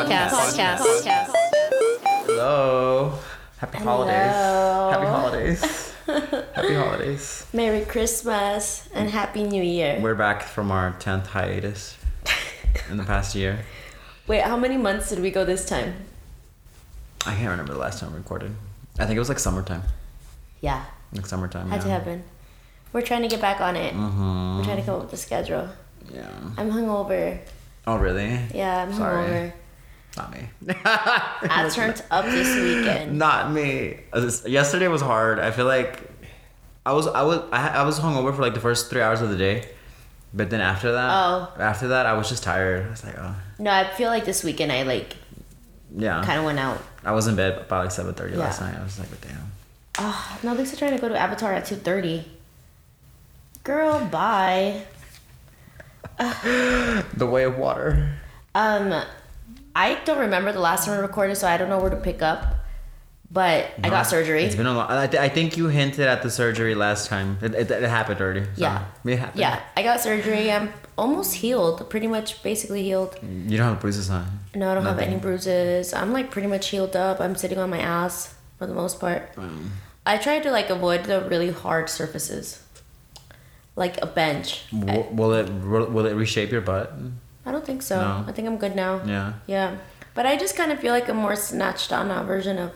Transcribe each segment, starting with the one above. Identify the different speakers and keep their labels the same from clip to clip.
Speaker 1: podcast.
Speaker 2: Podcast.
Speaker 3: Hello. Happy holidays. Happy holidays. Happy holidays.
Speaker 2: Merry Christmas and Happy New Year.
Speaker 3: We're back from our 10th hiatus in the past year.
Speaker 2: Wait, how many months did we go this time?
Speaker 3: I can't remember the last time we recorded. I think it was like summertime.
Speaker 2: Yeah,
Speaker 3: Like summertime.
Speaker 2: had to
Speaker 3: yeah. Mm-hmm.
Speaker 2: happen. We're trying to get back on it. We're trying to come up with a schedule.
Speaker 3: Yeah.
Speaker 2: I'm hungover.
Speaker 3: Oh, really?
Speaker 2: Yeah, I'm
Speaker 3: Sorry.
Speaker 2: hungover.
Speaker 3: Not me.
Speaker 2: I turned up this weekend.
Speaker 3: Not me. Uh, this- Yesterday was hard. I feel like I was I was I, ha- I was hungover for like the first three hours of the day, but then after that,
Speaker 2: Oh.
Speaker 3: after that I was just tired. I was like, oh,
Speaker 2: No, I feel like this weekend I like
Speaker 3: yeah.
Speaker 2: kind of went out.
Speaker 3: I was in bed by like seven thirty
Speaker 2: Yeah.
Speaker 3: last night. I was like, damn.
Speaker 2: Oh, now Lisa trying to go to Avatar at 2:30. Girl, bye.
Speaker 3: The way of water.
Speaker 2: Um, I don't remember the last time I recorded, so I don't know where to pick up. But I got surgery.
Speaker 3: It's been a long. I, th- I think you hinted at the surgery last time. It, it, it happened already. so
Speaker 2: Yeah.
Speaker 3: It happened.
Speaker 2: Yeah, I got surgery. I'm almost healed, pretty much basically healed.
Speaker 3: You don't have bruises on.
Speaker 2: No, I don't have
Speaker 3: Mm. Nothing.
Speaker 2: any bruises. I'm like pretty much healed up. I'm sitting on my ass for the most part.
Speaker 3: Um,
Speaker 2: I tried to like avoid the really hard surfaces, like a bench. I,
Speaker 3: W- will it will, will it reshape your butt?
Speaker 2: I don't think so.
Speaker 3: No.
Speaker 2: I think I'm good now.
Speaker 3: Yeah.
Speaker 2: Yeah. But I just kind of feel like a more snatched on out version of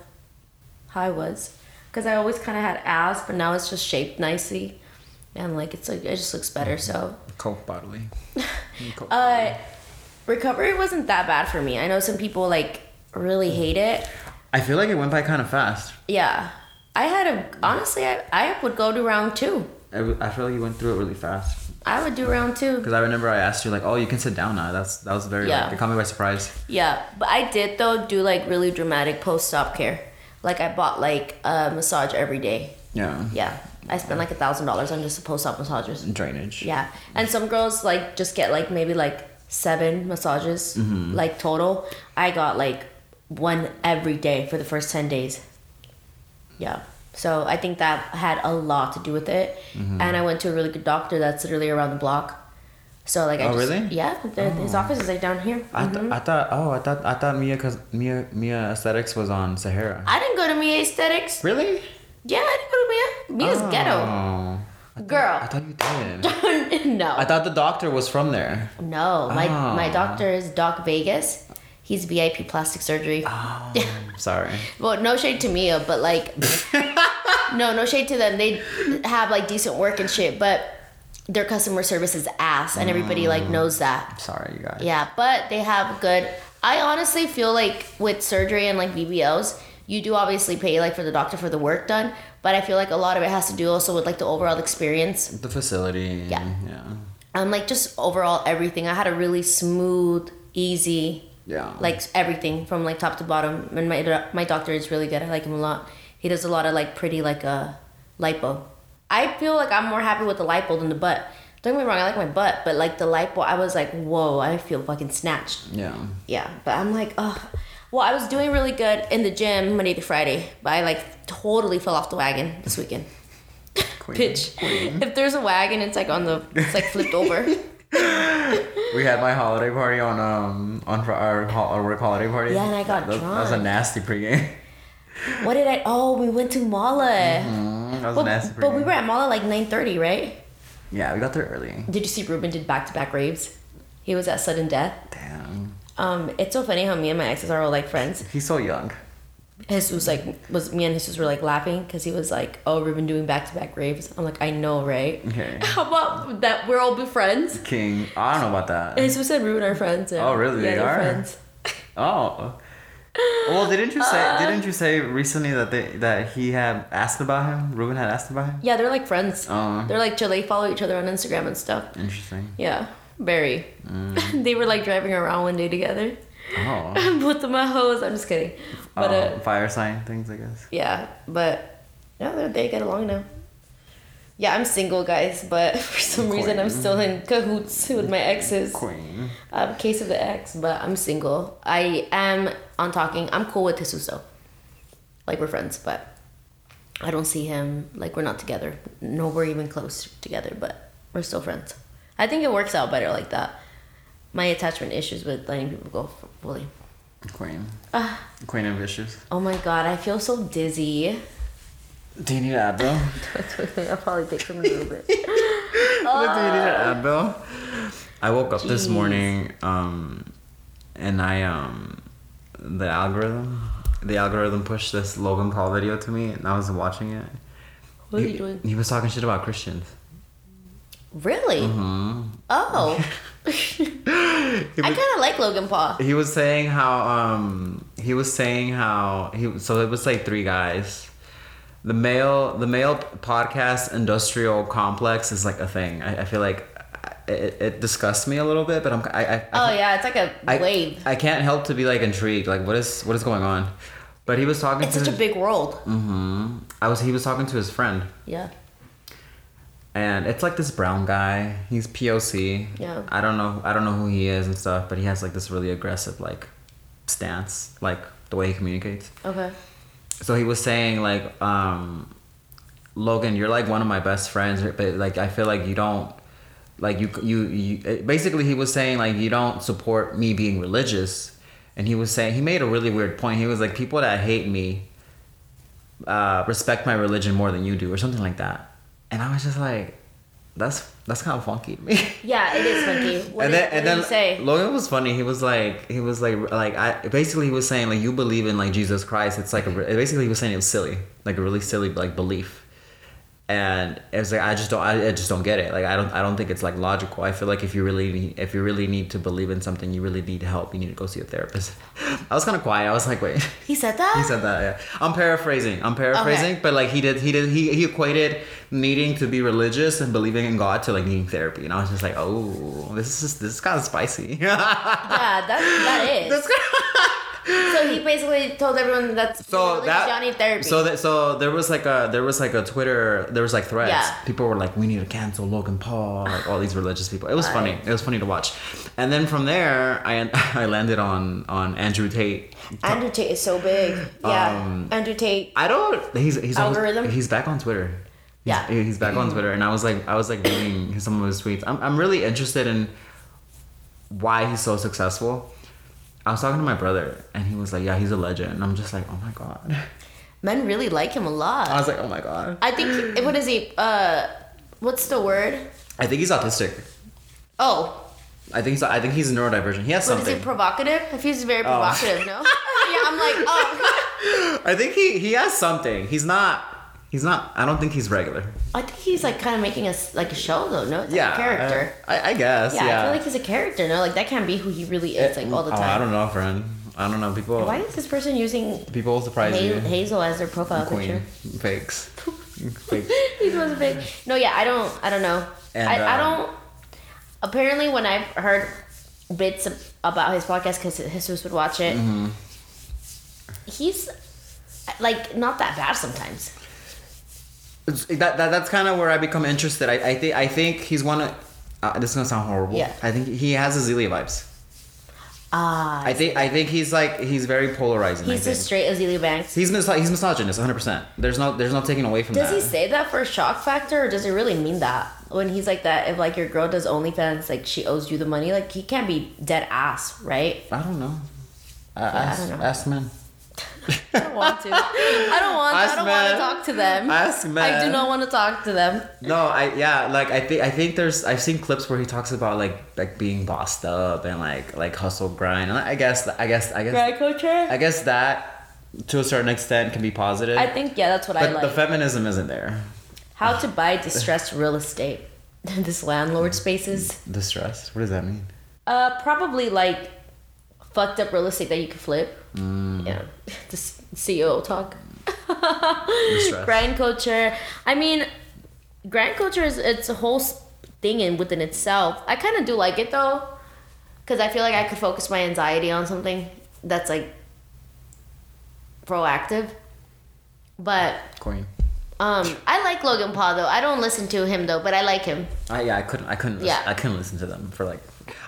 Speaker 2: how I was. Because I always kind of had ass, but now it's just shaped nicely. And like, it's like, it just looks better.
Speaker 3: Mm-hmm.
Speaker 2: So
Speaker 3: Coke bodily. Coke
Speaker 2: Uh, recovery wasn't that bad for me. I know some people like really hate it.
Speaker 3: I feel like it went by kind of fast.
Speaker 2: Yeah, I had a honestly, I, I would go to round two.
Speaker 3: I, w- I feel like you went through it really fast.
Speaker 2: I would do round two.
Speaker 3: Because I remember I asked you like, oh, you can sit down now. That's that was very
Speaker 2: Yeah.
Speaker 3: like, it caught me by surprise.
Speaker 2: Yeah, but I did though do like really dramatic post stop care. Like I bought like a massage every day.
Speaker 3: Yeah.
Speaker 2: Yeah, I spent like a thousand dollars on just a post stop massages.
Speaker 3: Drainage.
Speaker 2: Yeah, and some girls like just get like maybe like seven massages
Speaker 3: Mm-hmm.
Speaker 2: like total. I got like one every day for the first ten days. Yeah, so I think that had a lot to do with it.
Speaker 3: Mm-hmm.
Speaker 2: And I went to a really good doctor that's literally around the block. So like I
Speaker 3: Oh,
Speaker 2: just
Speaker 3: really? Oh.
Speaker 2: yeah, the, his office is like down here.
Speaker 3: I, th- I thought oh I thought I thought Mia cause Mia Mia Aesthetics was on Sahara.
Speaker 2: I didn't go to Mia Aesthetics.
Speaker 3: really?
Speaker 2: Yeah, I didn't go to Mia. Mia's
Speaker 3: Oh.
Speaker 2: ghetto,
Speaker 3: I
Speaker 2: girl.
Speaker 3: thought you did.
Speaker 2: no.
Speaker 3: I thought the doctor was from there.
Speaker 2: No, my
Speaker 3: Oh.
Speaker 2: my doctor is Doc Vegas. He's VIP plastic surgery.
Speaker 3: Ah. Oh, Sorry.
Speaker 2: well, no shade to Mia, but like, no, no shade to them. They have like decent work and shit, but their customer service is ass, and everybody like knows that.
Speaker 3: Sorry, you guys.
Speaker 2: Yeah, but they have good. I honestly feel like with surgery and like VBOs, you do obviously pay like for the doctor for the work done, but I feel like a lot of it has to do also with like the overall experience
Speaker 3: The facility.
Speaker 2: Yeah.
Speaker 3: Yeah.
Speaker 2: um like just overall everything i had a really smooth easy
Speaker 3: Yeah.
Speaker 2: like everything from like top to bottom and my do- my doctor is really good i like him a lot he does a lot of like pretty like uh, lipo i feel like i'm more happy with the lipo than the butt don't get me wrong i like my butt but like the lipo i was like whoa i feel fucking snatched
Speaker 3: Yeah.
Speaker 2: yeah but i'm like oh well i was doing really good in the gym monday to friday but i like totally fell off the wagon this weekend
Speaker 3: Queen.
Speaker 2: bitch if there's a wagon it's like on the it's like flipped over
Speaker 3: We had my holiday party on um on fr- our, ho- our work holiday party.
Speaker 2: Yeah, and I got
Speaker 3: that, That was a
Speaker 2: drunk.
Speaker 3: nasty pregame.
Speaker 2: What did I? Oh, we went to Mala.
Speaker 3: that was a nasty
Speaker 2: But,
Speaker 3: pregame.
Speaker 2: but we were at Mala like nine thirty, right?
Speaker 3: Yeah, we got there early.
Speaker 2: Did you see Ruben did back to back raves? He was at sudden death.
Speaker 3: Damn.
Speaker 2: Um, it's so funny how me and my exes are all like friends.
Speaker 3: He's so young.
Speaker 2: His was like was me and his were like laughing because he was like, "Oh, Ruben doing back to back raves." I'm like, "I know, right?
Speaker 3: Okay.
Speaker 2: How about that? We're all be friends."
Speaker 3: King. I don't know about that.
Speaker 2: His said Ruben are friends. and-
Speaker 3: Oh, really?
Speaker 2: Yeah,
Speaker 3: They
Speaker 2: they're
Speaker 3: are?
Speaker 2: friends.
Speaker 3: Oh. Well, didn't you say didn't you say recently that they that he had asked about him? Ruben had asked about him.
Speaker 2: Yeah, they're like friends.
Speaker 3: Oh.
Speaker 2: They're like chill. They follow each other on Instagram and stuff.
Speaker 3: Interesting.
Speaker 2: Yeah, very.
Speaker 3: Mm.
Speaker 2: they were like driving around one day together.
Speaker 3: Oh.
Speaker 2: both of my hoes. I'm just kidding. But
Speaker 3: Oh,
Speaker 2: uh,
Speaker 3: fire sign things, I guess.
Speaker 2: yeah, but yeah, they- they get along now. Yeah, I'm single, guys, but for some reason I'm still in cahoots with my exes.
Speaker 3: Queen.
Speaker 2: Um, case of the ex, but I'm single. I am on talking. I'm cool with Jesus though. Like we're friends, but I don't see him. Like we're not together. No, we're even close together, but we're still friends. I think it works out better like that. My attachment issues with letting people go fully.
Speaker 3: Queen.
Speaker 2: Ah.
Speaker 3: Queen of issues.
Speaker 2: Oh my god, I feel so dizzy.
Speaker 3: Do you need an Advil?
Speaker 2: I'll probably take from a little bit.
Speaker 3: Do you need an Advil? I woke up this
Speaker 2: Ah. Jeez.
Speaker 3: morning, um, and I um, the algorithm, the algorithm pushed this Logan Paul video to me, and I was watching it.
Speaker 2: What are
Speaker 3: he,
Speaker 2: you doing?
Speaker 3: He was talking shit about Christians.
Speaker 2: Really?
Speaker 3: Mm-hmm.
Speaker 2: Oh. I kind of like Logan Paul.
Speaker 3: he was saying how um he was saying how he so it was like three guys the male the male podcast industrial complex is like a thing i, I feel like it, it disgusts me a little bit but i'm i i, I
Speaker 2: Oh yeah, it's like a
Speaker 3: I,
Speaker 2: wave.
Speaker 3: I can't help to be like intrigued like what is what is going on but he was talking
Speaker 2: It's
Speaker 3: to
Speaker 2: such a
Speaker 3: his-
Speaker 2: big world.
Speaker 3: Mhm. i was he was talking to his friend
Speaker 2: Yeah.
Speaker 3: and it's like this brown guy. He's POC.
Speaker 2: Yeah.
Speaker 3: I don't know. I don't know who he is and stuff, but he has like this really aggressive like stance, like the way he communicates.
Speaker 2: Okay.
Speaker 3: So he was saying like, um, Logan, you're like one of my best friends, but like I feel like you don't. Like you, you, you. Basically, he was saying like you don't support me being religious, and he was saying he made a really weird point. He was like, people that hate me uh, respect my religion more than you do, or something like that. And I was just like, that's that's kind of funky to me.
Speaker 2: Yeah, it is funky. What
Speaker 3: and
Speaker 2: did,
Speaker 3: then, and
Speaker 2: what did
Speaker 3: then
Speaker 2: you say?
Speaker 3: Logan was funny. He was like, he was like, like I basically he was saying like you believe in like Jesus Christ. It's like a, re- basically he was saying it was silly, like a really silly like belief. And it was like I just don't, I, I just don't get it. Like I don't, I don't think it's like logical. I feel like if you really, need, if you really need to believe in something, you really need help. You need to go see a therapist. I was kind of quiet. I was like, wait.
Speaker 2: He said that.
Speaker 3: He said that. Yeah, I'm paraphrasing. I'm paraphrasing,
Speaker 2: Okay.
Speaker 3: but like he did, he did, he, he equated needing to be religious and believing in God to like needing therapy, and I was just like, oh, this is just, this is kind of spicy.
Speaker 2: yeah, that that is.
Speaker 3: That's
Speaker 2: so he basically told everyone that's
Speaker 3: so that
Speaker 2: Johnny therapy.
Speaker 3: So that so there was like a there was like a Twitter there was like threads.
Speaker 2: Yeah.
Speaker 3: People were like, we need to cancel Logan Paul, like all these religious people. It was
Speaker 2: Right.
Speaker 3: funny. It was funny to watch, and then from there I I landed on on Andrew Tate.
Speaker 2: Andrew Tate is so big. Yeah,
Speaker 3: Um,
Speaker 2: Andrew Tate.
Speaker 3: I don't. He's he's always-
Speaker 2: Algorithm?
Speaker 3: he's back on Twitter. He's-
Speaker 2: Yeah.
Speaker 3: he's back on Twitter, and I was like, I was like reading some of his tweets. I'm I'm really interested in why he's so successful. I was talking to my brother, and he was like, "Yeah, he's a legend." And I'm just like, "Oh my god!"
Speaker 2: Men really like him a lot.
Speaker 3: I was like, "Oh my god!"
Speaker 2: I think eh, what is he? Uh, what's the word?
Speaker 3: I think he's autistic.
Speaker 2: Oh,
Speaker 3: I think so. I think he's neurodivergent. He has
Speaker 2: what is
Speaker 3: something. Oh.
Speaker 2: he provocative? If he's very provocative, no. yeah, I'm like, oh,
Speaker 3: I think he he has something. He's not. He's not. I don't think he's regular.
Speaker 2: I think he's like kind of making us like a show though. No, it's like
Speaker 3: Yeah.
Speaker 2: a character.
Speaker 3: uh, I, I guess.
Speaker 2: yeah,
Speaker 3: Yeah,
Speaker 2: I feel like he's a character. No, like that can't be who he really is. Like all the
Speaker 3: Oh, I
Speaker 2: time.
Speaker 3: don't know, friend. I don't know. People.
Speaker 2: Why is this person using
Speaker 3: People will surprise
Speaker 2: Hazel,
Speaker 3: you.
Speaker 2: Hazel as their profile
Speaker 3: Queen
Speaker 2: picture?
Speaker 3: fakes. Fake.
Speaker 2: He's was big. No, yeah, I don't. I don't know.
Speaker 3: And,
Speaker 2: I, I
Speaker 3: uh,
Speaker 2: don't. Apparently, when I've heard bits ab- about his podcast, because Jesus would watch it,
Speaker 3: Mm-hmm.
Speaker 2: he's like not that bad sometimes.
Speaker 3: It's- That, that that's kind of where I become interested. I I think I think he's one of. Uh, this is gonna sound horrible.
Speaker 2: Yeah.
Speaker 3: I think he has Azealia vibes.
Speaker 2: Ah,
Speaker 3: I think I think he's like he's very polarizing. I
Speaker 2: he's
Speaker 3: think.
Speaker 2: just straight Azealia Banks.
Speaker 3: He's mis- he's misogynist, 100. percent There's no there's no taking away from
Speaker 2: Does
Speaker 3: that.
Speaker 2: he say that for shock factor, or does he really mean that? When he's like that, if like your girl does OnlyFans, like she owes you the money, like he can't be dead ass, right?
Speaker 3: I don't know. I,
Speaker 2: I
Speaker 3: ask,
Speaker 2: don't know.
Speaker 3: ask men.
Speaker 2: I don't want to. I don't want.
Speaker 3: Us
Speaker 2: I don't want to
Speaker 3: men.
Speaker 2: talk to them.
Speaker 3: Us
Speaker 2: I do
Speaker 3: men.
Speaker 2: not want to talk to them.
Speaker 3: No, I yeah, like I think I think there's I've seen clips where he talks about like like being bossed up and like like hustle grind and I guess I guess I guess
Speaker 2: Grad culture.
Speaker 3: I guess that to a certain extent can be positive.
Speaker 2: I think yeah, that's what I
Speaker 3: but
Speaker 2: like.
Speaker 3: the feminism isn't there.
Speaker 2: How to buy distressed real estate. this landlord spaces.
Speaker 3: Distress. What does that mean?
Speaker 2: Uh, probably like fucked up real estate that you could flip.
Speaker 3: Mm.
Speaker 2: Yeah, this CEO talk.
Speaker 3: Distress.
Speaker 2: Grand culture. I mean, grand culture is it's a whole s- thing in within itself. I kind of do like it though, because I feel like I could focus my anxiety on something that's like proactive. But
Speaker 3: Queen.
Speaker 2: um, I like Logan Paul though. I don't listen to him though, but I like him.
Speaker 3: I, yeah, I couldn't. I couldn't.
Speaker 2: Yeah.
Speaker 3: Yeah. I couldn't listen to them for like.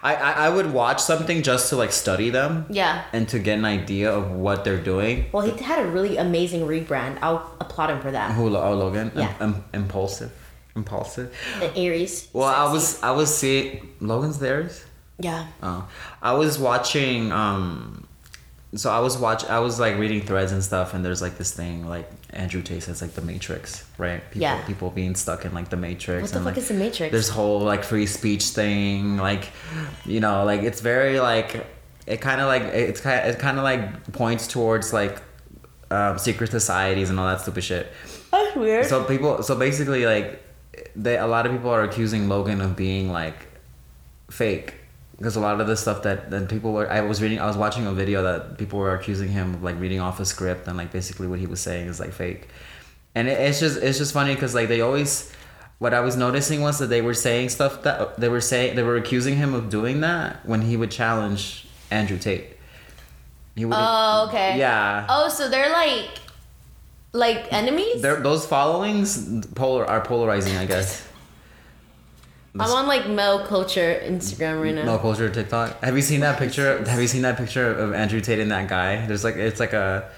Speaker 3: I, I I would watch something just to like study them.
Speaker 2: Yeah.
Speaker 3: And to get an idea of what they're doing.
Speaker 2: Well, he had a really amazing rebrand. I'll applaud him for that.
Speaker 3: Who? Lo- Oh, Logan. Im-
Speaker 2: Yeah.
Speaker 3: im- impulsive. Impulsive.
Speaker 2: The Aries.
Speaker 3: Well, I
Speaker 2: sexy.
Speaker 3: was I was seeing Logan's theirs.
Speaker 2: Yeah.
Speaker 3: Oh, I was watching um, so I was watch I was like reading threads and stuff and there's like this thing like Andrew Tate says like the Matrix, right? People
Speaker 2: Yeah.
Speaker 3: people being stuck in like the Matrix.
Speaker 2: What the
Speaker 3: and, like,
Speaker 2: fuck is the Matrix?
Speaker 3: This whole like free speech thing, like you know, like it's very like it kind of like it's kind it kind of like points towards like um, secret societies and all that stupid shit.
Speaker 2: That's weird.
Speaker 3: So people, so basically, like, they a lot of people are accusing Logan of being like fake because a lot of the stuff that that people were. I was reading, I was watching a video that people were accusing him of like reading off a script and like basically what he was saying is like fake, and it, it's just it's just funny because like they always. What I was noticing was that they were saying stuff that they were saying they were accusing him of doing that when he would challenge Andrew Tate. He would.
Speaker 2: oh, okay.
Speaker 3: Yeah.
Speaker 2: Oh, so they're like, like enemies.
Speaker 3: They're, those followings polar are polarizing, I guess.
Speaker 2: I'm on like male culture Instagram right now.
Speaker 3: No culture TikTok. Have you seen that picture? Have you seen that picture of Andrew Tate and that guy? There's like it's like a,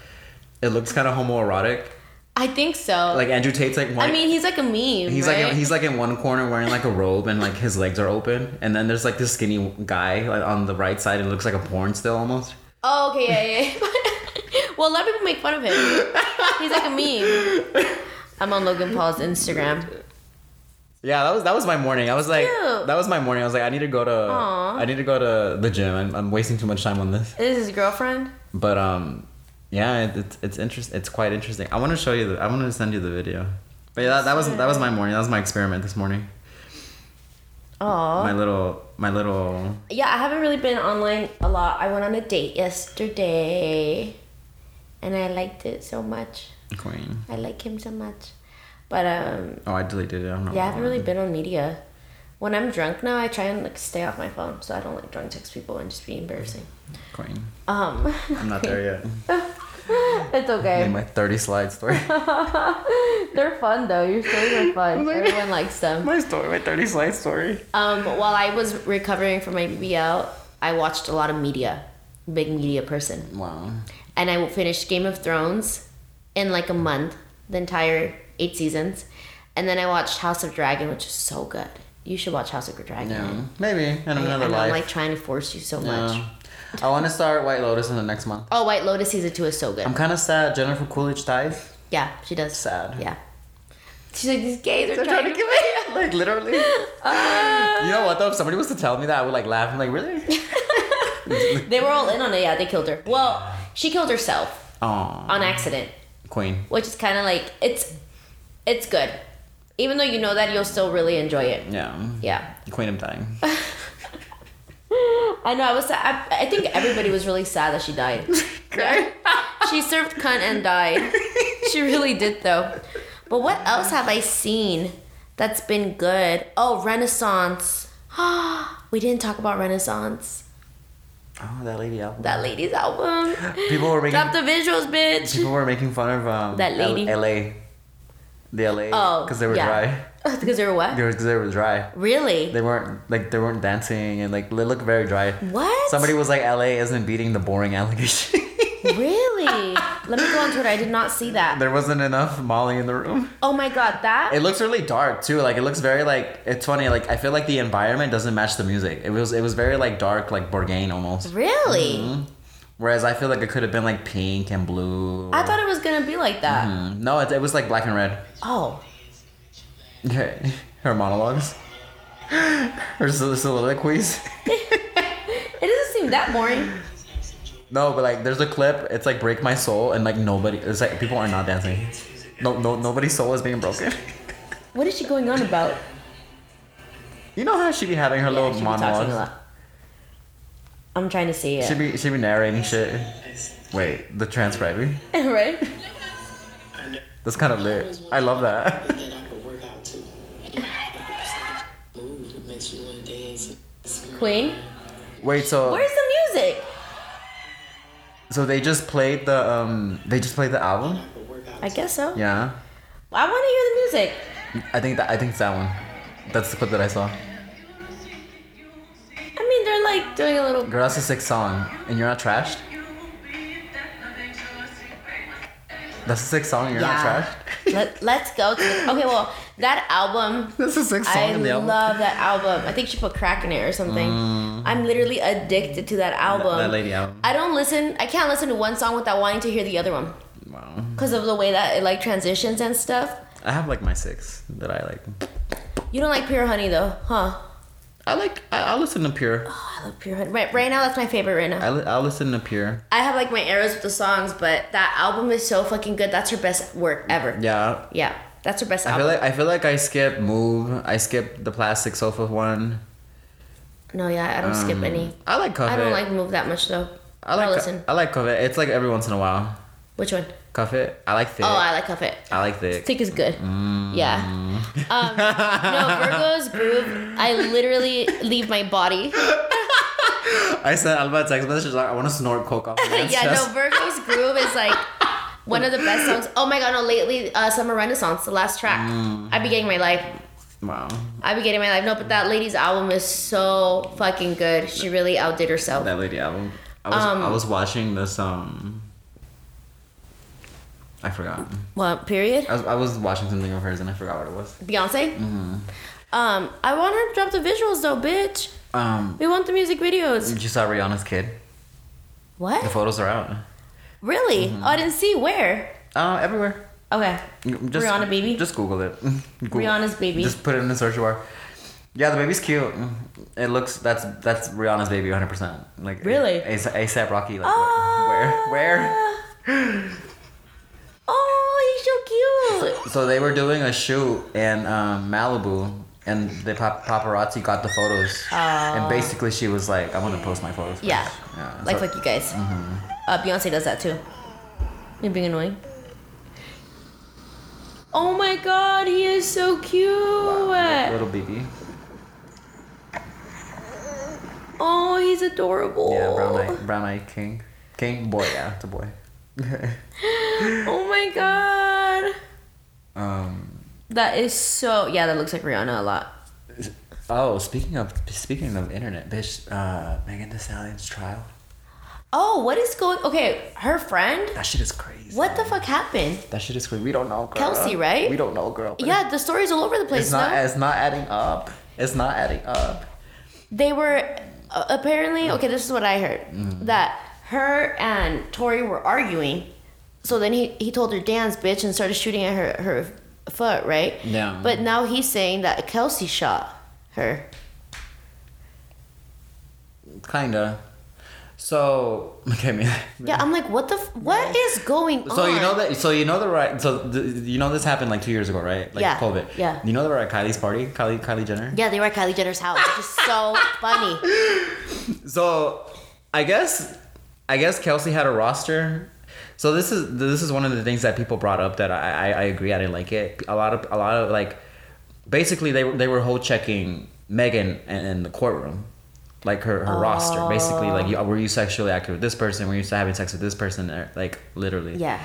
Speaker 3: it looks kind of homoerotic.
Speaker 2: I think so.
Speaker 3: Like Andrew Tate's like one.
Speaker 2: I mean, he's like a meme.
Speaker 3: he's
Speaker 2: right?
Speaker 3: like in- he's like in one corner wearing like a robe and like his legs are open, and then there's like this skinny guy like, on the right side. It looks like a porn still almost.
Speaker 2: Oh, okay, yeah, yeah. well, a lot of people make fun of him. He's like a meme. I'm on Logan Paul's Instagram.
Speaker 3: Yeah, that was that was my morning. I was like,
Speaker 2: Cute.
Speaker 3: that was my morning. I was like, I need to go to
Speaker 2: Aw.
Speaker 3: I need to go to the gym. I'm, I'm wasting too much time on this.
Speaker 2: This is his girlfriend.
Speaker 3: But um, yeah, it, it's it's interest. It's quite interesting. I want to show you. The, I want to send you the video. But yeah, that, that was that was my morning. That was my experiment this morning.
Speaker 2: Oh.
Speaker 3: My little my little.
Speaker 2: Yeah, I haven't really been online a lot. I went on a date yesterday, and I liked it so much.
Speaker 3: Queen.
Speaker 2: I like him so much, but um,
Speaker 3: Oh, I deleted it. I don't know.
Speaker 2: yeah, I haven't really been on media. When I'm drunk now, I try and like stay off my phone so I don't like drunk text people and just be embarrassing.
Speaker 3: Queen.
Speaker 2: Um,
Speaker 3: I'm not there yet.
Speaker 2: it's okay.
Speaker 3: Made my 30 slide story.
Speaker 2: They're fun though. Your stories are fun. Everyone likes them.
Speaker 3: my story. My 30 slide story.
Speaker 2: Um, while I was recovering from my BBL, I watched a lot of media. Big media person,
Speaker 3: Wow.
Speaker 2: and I finished Game of Thrones in like a month, the entire eight seasons, and then I watched House of Dragon, which is so good. You should watch House of Dragon.
Speaker 3: Yeah. Maybe in
Speaker 2: I,
Speaker 3: another
Speaker 2: I know I'm
Speaker 3: life.
Speaker 2: like trying to force you so much.
Speaker 3: yeah. I want to start White Lotus in the next month.
Speaker 2: Oh, White Lotus season two is so good.
Speaker 3: I'm kind of sad Jennifer Coolidge died.
Speaker 2: yeah, she does.
Speaker 3: Sad.
Speaker 2: Yeah. She's like these gays are trying, to
Speaker 3: me like literally. You know what though? If somebody was to tell me that, I would like laugh. I'm like, really?
Speaker 2: They were all in on it. Yeah, they killed her. Well, she killed herself
Speaker 3: Aw.
Speaker 2: on accident,
Speaker 3: Queen.
Speaker 2: which is kind of like it's it's good. Even though you know that, you'll still really enjoy it.
Speaker 3: Yeah.
Speaker 2: Yeah.
Speaker 3: Queen of dying.
Speaker 2: I know. I was. sad- I, I think everybody was really sad that she died. she served cunt and died. She really did though. But what else have I seen that's been good? Oh, Renaissance. we didn't talk about Renaissance.
Speaker 3: Oh, that lady album.
Speaker 2: That lady's album.
Speaker 3: People were making
Speaker 2: Drop the visuals, bitch.
Speaker 3: people were making fun of um
Speaker 2: That lady.
Speaker 3: L- LA. The LA.
Speaker 2: Oh,
Speaker 3: Because they were
Speaker 2: yeah.
Speaker 3: dry.
Speaker 2: Because they were what?
Speaker 3: They were, 'cause they were dry.
Speaker 2: Really?
Speaker 3: They weren't like they weren't dancing and like they looked very dry.
Speaker 2: What?
Speaker 3: Somebody was like, LA isn't beating the boring allegation.
Speaker 2: Really? Let me go on Twitter. I did not see that.
Speaker 3: there wasn't enough Molly in the room.
Speaker 2: Oh my god, that
Speaker 3: It looks really dark too. Like it looks very like it's funny. Like I feel like the environment doesn't match the music. It was it was very like dark, like Bourgain almost.
Speaker 2: really?
Speaker 3: Whereas I feel like it could have been like pink and blue.
Speaker 2: I thought it was gonna be like that.
Speaker 3: Mm, no, it, it was like black and red.
Speaker 2: Oh,
Speaker 3: Okay, her monologues, her sol- soliloquies.
Speaker 2: it doesn't seem that boring.
Speaker 3: No, but like there's a clip. It's like break my soul, and like nobody. It's like people are not dancing. No, no, nobody's soul is being broken.
Speaker 2: What is she going on about?
Speaker 3: You know how she be having her
Speaker 2: she
Speaker 3: little
Speaker 2: be talking a
Speaker 3: monologues.
Speaker 2: lot. I'm trying to see it.
Speaker 3: She be she be narrating shit. Wait, the transcribing.
Speaker 2: right?
Speaker 3: That's kind of lit. I love that.
Speaker 1: that I could work out too. Move that makes you want to dance.
Speaker 2: Queen?
Speaker 3: Wait, so
Speaker 2: Where's the music?
Speaker 3: so they just played the um they just played the album.
Speaker 1: I could work out
Speaker 2: I guess so.
Speaker 3: Yeah,
Speaker 2: I want to hear the music.
Speaker 3: I think that I think it's that one. That's the clip that I saw.
Speaker 2: I mean, they're like doing a little.
Speaker 3: Girl, that's a sick song, and you're not trashed. That's a sick song, and you're
Speaker 2: Yeah.
Speaker 3: not trashed.
Speaker 2: Let, let's go to. Okay, well, That album.
Speaker 3: That's the sixth song
Speaker 2: I
Speaker 3: in the album. Mm.
Speaker 2: love that album. I think she put crack in it or something. I'm literally addicted to that album.
Speaker 3: that lady album.
Speaker 2: I don't listen. I can't listen to one song without wanting to hear the other one
Speaker 3: wow.
Speaker 2: because of the way that it like transitions and stuff.
Speaker 3: I have like my six that I like.
Speaker 2: You don't like Pure Honey though, huh?
Speaker 3: I like. I, I listen to Pure.
Speaker 2: Oh, I love Pure Honey. Right, right now, that's my favorite. Right now.
Speaker 3: I li- I listen to Pure.
Speaker 2: I have like my errors with the songs, but that album is so fucking good. That's her best work ever. Yeah,
Speaker 3: Yeah.
Speaker 2: that's her best
Speaker 3: I feel
Speaker 2: album.
Speaker 3: like I feel like I skip Move. I skip the Plastic Sofa one. Um,
Speaker 2: no, yeah, I don't skip any.
Speaker 3: I like Cuff
Speaker 2: I don't
Speaker 3: It.
Speaker 2: like move that much though.
Speaker 3: I like.
Speaker 2: I'll
Speaker 3: Cu-
Speaker 2: listen.
Speaker 3: I like Cuff It. It's like every once in a while.
Speaker 2: Which one?
Speaker 3: Cuff It. I like thick.
Speaker 2: Oh, I like Cuff It.
Speaker 3: I like thick.
Speaker 2: Thick is good.
Speaker 3: Mm.
Speaker 2: Yeah. Um, no, Virgo's groove. I literally leave my body.
Speaker 3: I sent Alba a text message like I want to snort coke off. my
Speaker 2: yeah, no,
Speaker 3: chest.
Speaker 2: Virgo's groove is like one of the best songs. Oh my god, no, lately, uh, Summer Renaissance, the last track.
Speaker 3: Mm.
Speaker 2: I be getting my life.
Speaker 3: Wow.
Speaker 2: I be getting my life. No, but that lady's album is so fucking good. She really outdid herself.
Speaker 3: That lady album. I was
Speaker 2: Um,
Speaker 3: I was watching this um. I forgot.
Speaker 2: What period?
Speaker 3: I was, I was watching something of hers and I forgot what it was.
Speaker 2: Beyonce.
Speaker 3: mm-hmm.
Speaker 2: Um, I want her to drop the visuals though, bitch.
Speaker 3: Um,
Speaker 2: We want the music videos.
Speaker 3: did you saw Rihanna's kid? Mm. The mm-hmm.
Speaker 2: What?
Speaker 3: photos are out.
Speaker 2: Really? Oh, I didn't see where.
Speaker 3: Uh, everywhere.
Speaker 2: Okay.
Speaker 3: Just,
Speaker 2: Rihanna baby?
Speaker 3: Just Google it. Google-
Speaker 2: Rihanna's baby.
Speaker 3: Just put it in the search bar. Yeah, the baby's cute. It looks that's that's Rihanna's baby, 100. percent Like
Speaker 2: Really?
Speaker 3: ASAP Rocky. Like
Speaker 2: Oh.
Speaker 3: where where?
Speaker 2: Oh, he's so cute.
Speaker 3: So they were doing a shoot in um, Malibu, and the pap- paparazzi got the photos. And basically, she was like, "I want to post my photos." first."
Speaker 2: Oh. Yeah.
Speaker 3: yeah.
Speaker 2: Like
Speaker 3: so-
Speaker 2: fuck you guys.
Speaker 3: mm-hmm.
Speaker 2: Uh, Beyonce does that too. You're being annoying. Oh my god, he is so cute.
Speaker 3: Wow, little baby.
Speaker 2: Oh, he's adorable.
Speaker 3: Yeah, brown eye, brown eye king, king boy. Yeah, it's a boy.
Speaker 2: Oh my god.
Speaker 3: Um.
Speaker 2: That is so. Yeah, that looks like Rihanna a lot.
Speaker 3: Oh, speaking of speaking of internet, bitch. Uh, Megan Thee Stallion's trial.
Speaker 2: Oh, what is going? Okay, her friend.
Speaker 3: That shit is crazy.
Speaker 2: What the fuck happened?
Speaker 3: That shit is crazy. We don't know, girl.
Speaker 2: Kelsey, right?
Speaker 3: We don't know, girl. but
Speaker 2: Yeah, the story's all over the place.
Speaker 3: It's not.
Speaker 2: no?
Speaker 3: It's not adding up. It's not adding up.
Speaker 2: they were uh, apparently okay. This is what I heard
Speaker 3: Mm.
Speaker 2: that her and Tori were arguing. So then he, he told her dance bitch and started shooting at her her foot right.
Speaker 3: Yeah.
Speaker 2: But now he's saying that Kelsey shot her.
Speaker 3: Kinda. So okay, man.
Speaker 2: Yeah, I'm like, what the f- what is going on?
Speaker 3: So you know that. So you know the right. So th you know this happened like two years ago, right? Like
Speaker 2: Yeah,
Speaker 3: COVID.
Speaker 2: yeah.
Speaker 3: You know they were at Kylie's party, Kylie Kylie Jenner.
Speaker 2: Yeah, they were at Kylie Jenner's house, which is so funny.
Speaker 3: So I guess I guess Kelsey had a roster. So this is this is one of the things that people brought up that I I, I agree I didn't like it. A lot of a lot of like basically they were- they were whole checking Megan in, in the courtroom. Like her, her roster, basically,
Speaker 2: Oh.
Speaker 3: like, you, were you sexually active with this person? Were you having sex with this person? Or, Like, literally.
Speaker 2: Yeah.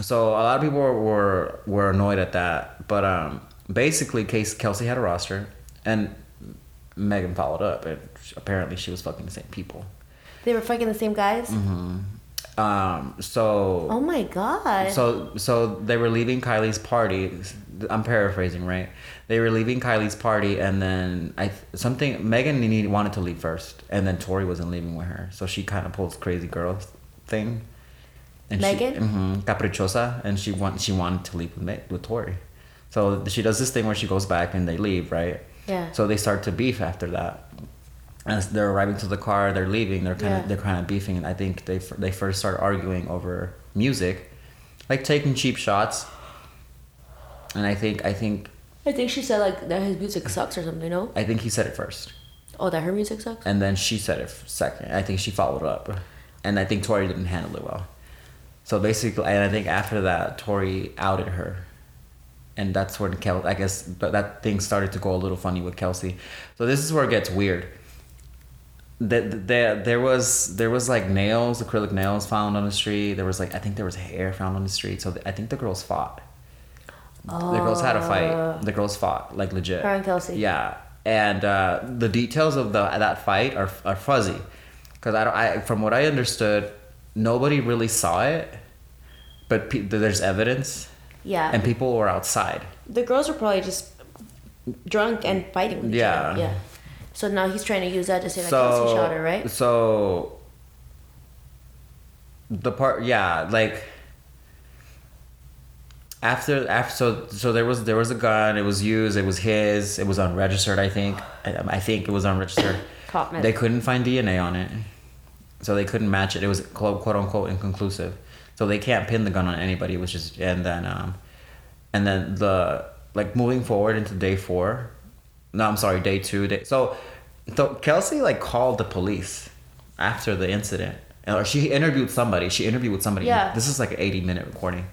Speaker 3: so a lot of people were were, were annoyed at that, but um, basically, Case Kelsey had a roster, and Megan followed up, and apparently she was fucking the same people.
Speaker 2: They were fucking the same guys?
Speaker 3: Um, so
Speaker 2: Oh my god.
Speaker 3: so so they were leaving Kylie's party. I'm paraphrasing, right? They were leaving Kylie's party, and then I something Megan needed, wanted to leave first, and then Tori wasn't leaving with her, so she kind of pulls crazy girl thing. And
Speaker 2: Megan?
Speaker 3: she, hmm caprichosa, and she want she wanted to leave with Me- with Tori, so she does this thing where she goes back and they leave, right?
Speaker 2: Yeah.
Speaker 3: So they start to beef after that. As they're arriving to the car, they're leaving. They're kind of
Speaker 2: Yeah.
Speaker 3: they're kind of beefing, and I think they f- they first start arguing over music, like taking cheap shots. And I think I think
Speaker 2: I think she said like that his music sucks or something, no?
Speaker 3: I think he said it first,
Speaker 2: Oh, that her music sucks?
Speaker 3: and then she said it f- second. I think she followed up, and I think Tori didn't handle it well. So basically, and I think after that, Tori outed her, and that's when Kel. I guess but that thing started to go a little funny with Kelsey. So this is where it gets weird. That the, there there was there was like nails, acrylic nails found on the street. There was like I think there was hair found on the street. So I think the girls fought. The girls had a fight. The girls fought like legit.
Speaker 2: Oh. Her and Kelsey.
Speaker 3: Yeah, and uh, the details of the that fight are are fuzzy, because I don't. I from what I understood, nobody really saw it, but pe- there's evidence.
Speaker 2: Yeah.
Speaker 3: and people were outside.
Speaker 2: the girls were probably just drunk and fighting with each
Speaker 3: Yeah.
Speaker 2: other. Yeah. So now he's trying to use that to say like
Speaker 3: so
Speaker 2: so, shouter, right?
Speaker 3: So the part, yeah, like after after so so there was there was a gun. It was used. It was his. It was unregistered. I think. I, I think it was unregistered.
Speaker 2: Top man.
Speaker 3: They couldn't find DNA on it, so they couldn't match it. It was quote, quote unquote inconclusive. So they can't pin the gun on anybody, which is and then um, and then the like moving forward into day four. No, I'm sorry, day two. Day so, so Kelsey like called the police after the incident, or she interviewed somebody. She interviewed somebody.
Speaker 2: Yeah.
Speaker 3: This is like an 80 minute recording.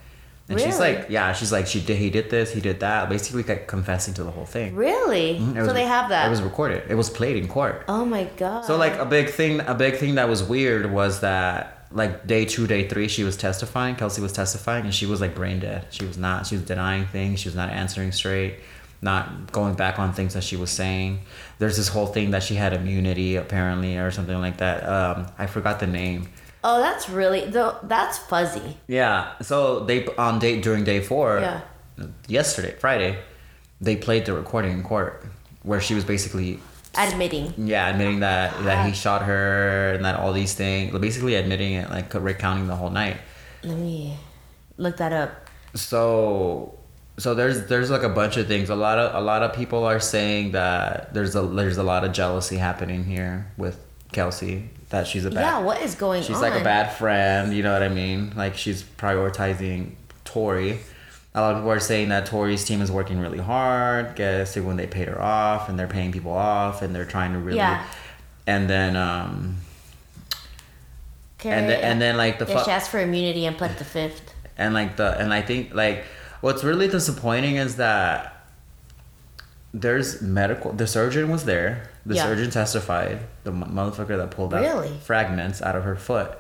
Speaker 3: And she's
Speaker 2: Really?
Speaker 3: like, yeah, she's like, she did, he did this, he did that, basically like confessing to the whole thing.
Speaker 2: really?
Speaker 3: Mm-hmm. It
Speaker 2: So
Speaker 3: was-
Speaker 2: they have that.
Speaker 3: It was recorded. It was played in court.
Speaker 2: oh my god.
Speaker 3: So like uh a big thing, a big thing that was weird was that like day two, day three, she was testifying. Kelsey was testifying, and she was like brain dead. She was not. She was denying things. She was not answering straight. Not going back on things that she was saying. There's this whole thing that she had immunity apparently, or something like that. Um, I forgot the name.
Speaker 2: oh, that's really though. That's fuzzy.
Speaker 3: Yeah. So they on date during day four.
Speaker 2: Yeah.
Speaker 3: Yesterday, Friday, they played the recording in court where she was basically
Speaker 2: Admitting.
Speaker 3: yeah, admitting that that he shot her and that all these things, basically admitting it, like recounting the whole night.
Speaker 2: Let me look that up.
Speaker 3: So, so there's there's like a bunch of things. A lot of a lot of people are saying that there's a there's a lot of jealousy happening here with Kelsey that she's a bad
Speaker 2: yeah. What is going
Speaker 3: she's
Speaker 2: on?
Speaker 3: like a bad friend. You know what I mean? Like she's prioritizing Tori. A lot of people are saying that Tori's team is working really hard. Guess when they paid her off, and they're paying people off, and they're trying to really.
Speaker 2: Yeah.
Speaker 3: And then, um,
Speaker 2: Carrot.
Speaker 3: and then, and then like the
Speaker 2: yeah, she
Speaker 3: fu-
Speaker 2: asked for immunity and pled the fifth.
Speaker 3: and like the and I think like what's really disappointing is that there's medical. The surgeon was there. The
Speaker 2: Yeah.
Speaker 3: surgeon testified. The mo- motherfucker that pulled out
Speaker 2: Really?
Speaker 3: fragments out of her foot.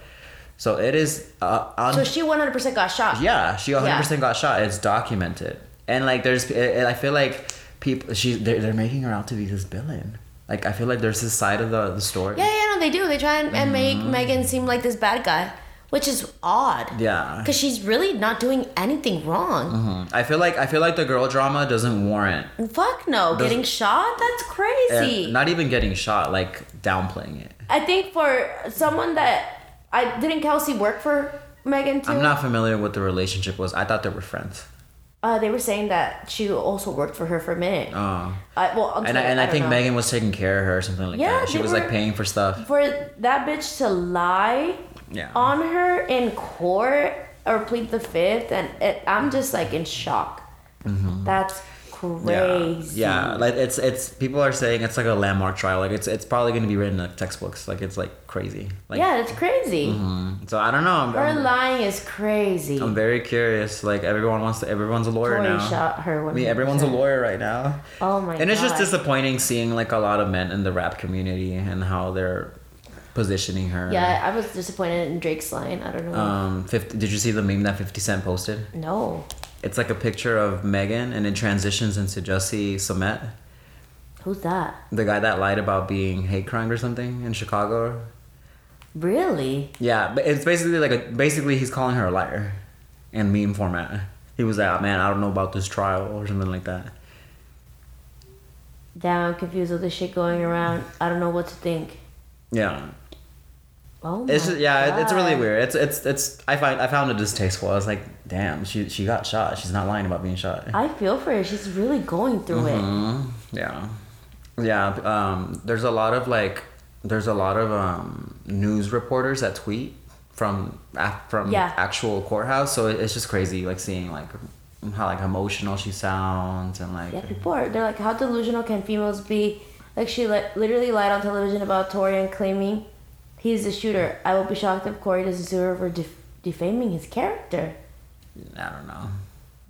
Speaker 3: So it is uh, un-
Speaker 2: So she 100% got shot.
Speaker 3: Yeah, she 100% got shot. It's documented. And like there's and I feel like people she they're, they're making her out to be this villain. Like I feel like there's this side of the, the story.
Speaker 2: Yeah, yeah, no, they do. They try and, and make Megan seem like this bad guy, which is odd.
Speaker 3: Mm. Yeah.
Speaker 2: Because she's really not doing anything wrong.
Speaker 3: Mhm. I feel like I feel like the girl drama doesn't warrant
Speaker 2: Fuck no.
Speaker 3: Does-
Speaker 2: Getting shot? That's
Speaker 3: Mm. and
Speaker 2: crazy.
Speaker 3: not even getting shot, like downplaying it.
Speaker 2: I think for someone that I didn't Kelsey work for Megan too.
Speaker 3: I'm not familiar with the relationship was. I thought they were friends.
Speaker 2: Uh, they were saying that she also worked for her for a minute.
Speaker 3: Oh.
Speaker 2: I, well, until,
Speaker 3: And I, and I,
Speaker 2: don't
Speaker 3: think
Speaker 2: know.
Speaker 3: Megan was taking care of her or something like
Speaker 2: Yeah,
Speaker 3: that. She
Speaker 2: they
Speaker 3: was like
Speaker 2: were-
Speaker 3: paying for stuff.
Speaker 2: for that bitch to lie
Speaker 3: Yeah.
Speaker 2: on her in court or plead the fifth, and it, I'm just like in shock. That's crazy.
Speaker 3: Mm-hmm. Yeah, yeah, like it's it's people are saying it's like a landmark trial. Like it's it's probably going to be written in like textbooks. Like it's like crazy. Like
Speaker 2: yeah, it's crazy.
Speaker 3: mm, so I don't know. I'm,
Speaker 2: Her
Speaker 3: I'm,
Speaker 2: lying is crazy.
Speaker 3: I'm very curious. Like everyone wants to. Everyone's a lawyer
Speaker 2: Tori
Speaker 3: now.
Speaker 2: shot her.
Speaker 3: I mean, everyone's a
Speaker 2: 100%.
Speaker 3: lawyer right now.
Speaker 2: Oh my
Speaker 3: and it's just
Speaker 2: God.
Speaker 3: disappointing seeing like a lot of men in the rap community and how they're positioning her.
Speaker 2: Yeah, I was disappointed in Drake's line. I don't know.
Speaker 3: Um, 50, did you see the meme that 50 Cent posted?
Speaker 2: no.
Speaker 3: It's like a picture of Megan and it transitions into Jussie Sumet,
Speaker 2: Who's that?
Speaker 3: the guy that lied about being hate crime or something in Chicago.
Speaker 2: Really?
Speaker 3: Yeah, but it's basically like a basically he's calling her a liar in meme format. He was like, "Ah, man, I don't know about this trial or something like that.
Speaker 2: Damn, I'm confused with this shit going around. I don't know what to think.
Speaker 3: Yeah.
Speaker 2: Oh my
Speaker 3: It's just, yeah, it- it's really
Speaker 2: God.
Speaker 3: weird. It's it's it's I find I found it distasteful. I was like, damn, she she got shot. She's not lying about being shot.
Speaker 2: I feel for her. She's really going through it.
Speaker 3: Mhm. Yeah. Yeah. Um, there's a lot of like, there's a lot of um, news reporters that tweet from af- from
Speaker 2: Yeah.
Speaker 3: actual courthouse. So it- it's just crazy, like seeing like how like emotional she sounds and like.
Speaker 2: Yeah, people are. They're like, how delusional can females be? Like she li- literally lied on television about Torian claiming he's the shooter. I will be shocked if Corey doesn't sue her for def- defaming his character.
Speaker 3: I don't know.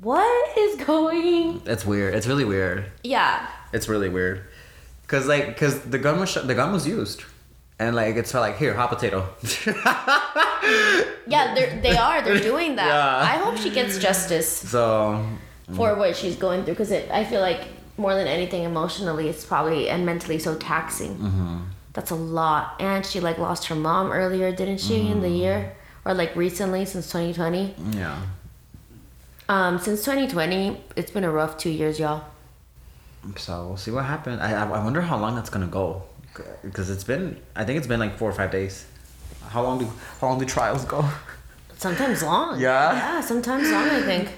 Speaker 2: What is going?
Speaker 3: It's weird. It's really weird.
Speaker 2: Yeah,
Speaker 3: It's really weird. Cause like, cause the gun was sh- the gun was used, and like it's like here hot potato.
Speaker 2: yeah. They're, they are. They're doing that.
Speaker 3: Yeah.
Speaker 2: I hope she gets justice
Speaker 3: so
Speaker 2: for what she's going through because I feel like more than anything, emotionally, it's probably and mentally so taxing.
Speaker 3: Mm-hmm.
Speaker 2: That's a lot. And she like lost her mom
Speaker 3: Mm.
Speaker 2: earlier, didn't she, in the year or like recently since 2020?
Speaker 3: yeah.
Speaker 2: Um, since 2020, it's been a rough two years, y'all.
Speaker 3: So we'll see what happens. I, I wonder how long that's gonna go, because it's been I think it's been like four or five days. How long do how long do trials go?
Speaker 2: Sometimes long.
Speaker 3: Yeah?
Speaker 2: Yeah, sometimes long. I think.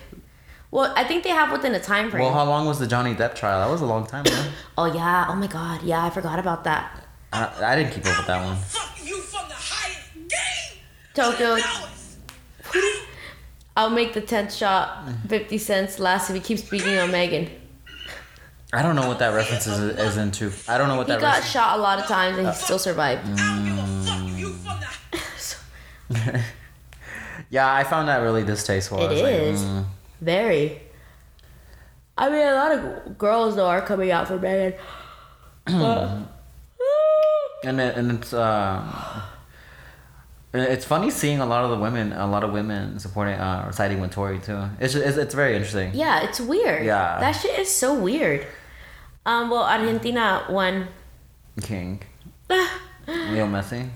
Speaker 2: Well, I think they have within a time frame.
Speaker 3: Well, how long was the Johnny Depp trial? That was a long time. Man.
Speaker 2: oh yeah. Oh my God. Yeah, I forgot about that.
Speaker 3: I, I didn't keep up with that one.
Speaker 4: Fuck you from the highest game.
Speaker 2: Tokyo.
Speaker 4: You know it.
Speaker 2: I'll make the tenth shot. Fifty cents last if he keeps beating on Megan.
Speaker 3: I don't know what that reference is, is into. I don't know what
Speaker 2: He
Speaker 3: that. Mm.
Speaker 2: got
Speaker 3: reference-
Speaker 2: shot a lot of times and he still survived.
Speaker 4: I don't give a fuck you from the
Speaker 2: So-
Speaker 3: yeah, I found that really distasteful. I
Speaker 2: It
Speaker 3: was like,
Speaker 2: is.
Speaker 3: mm.
Speaker 2: Very. I mean, a lot of g- girls though are coming out for Megan. But-
Speaker 3: and it, and it's um, it's funny seeing a lot of the women, a lot of women supporting uh, or siding with Tory too. It's, just, it's it's very interesting.
Speaker 2: yeah, it's weird.
Speaker 3: Yeah.
Speaker 2: That shit is so weird. Um. Well, Argentina won.
Speaker 3: King, Leo Messi.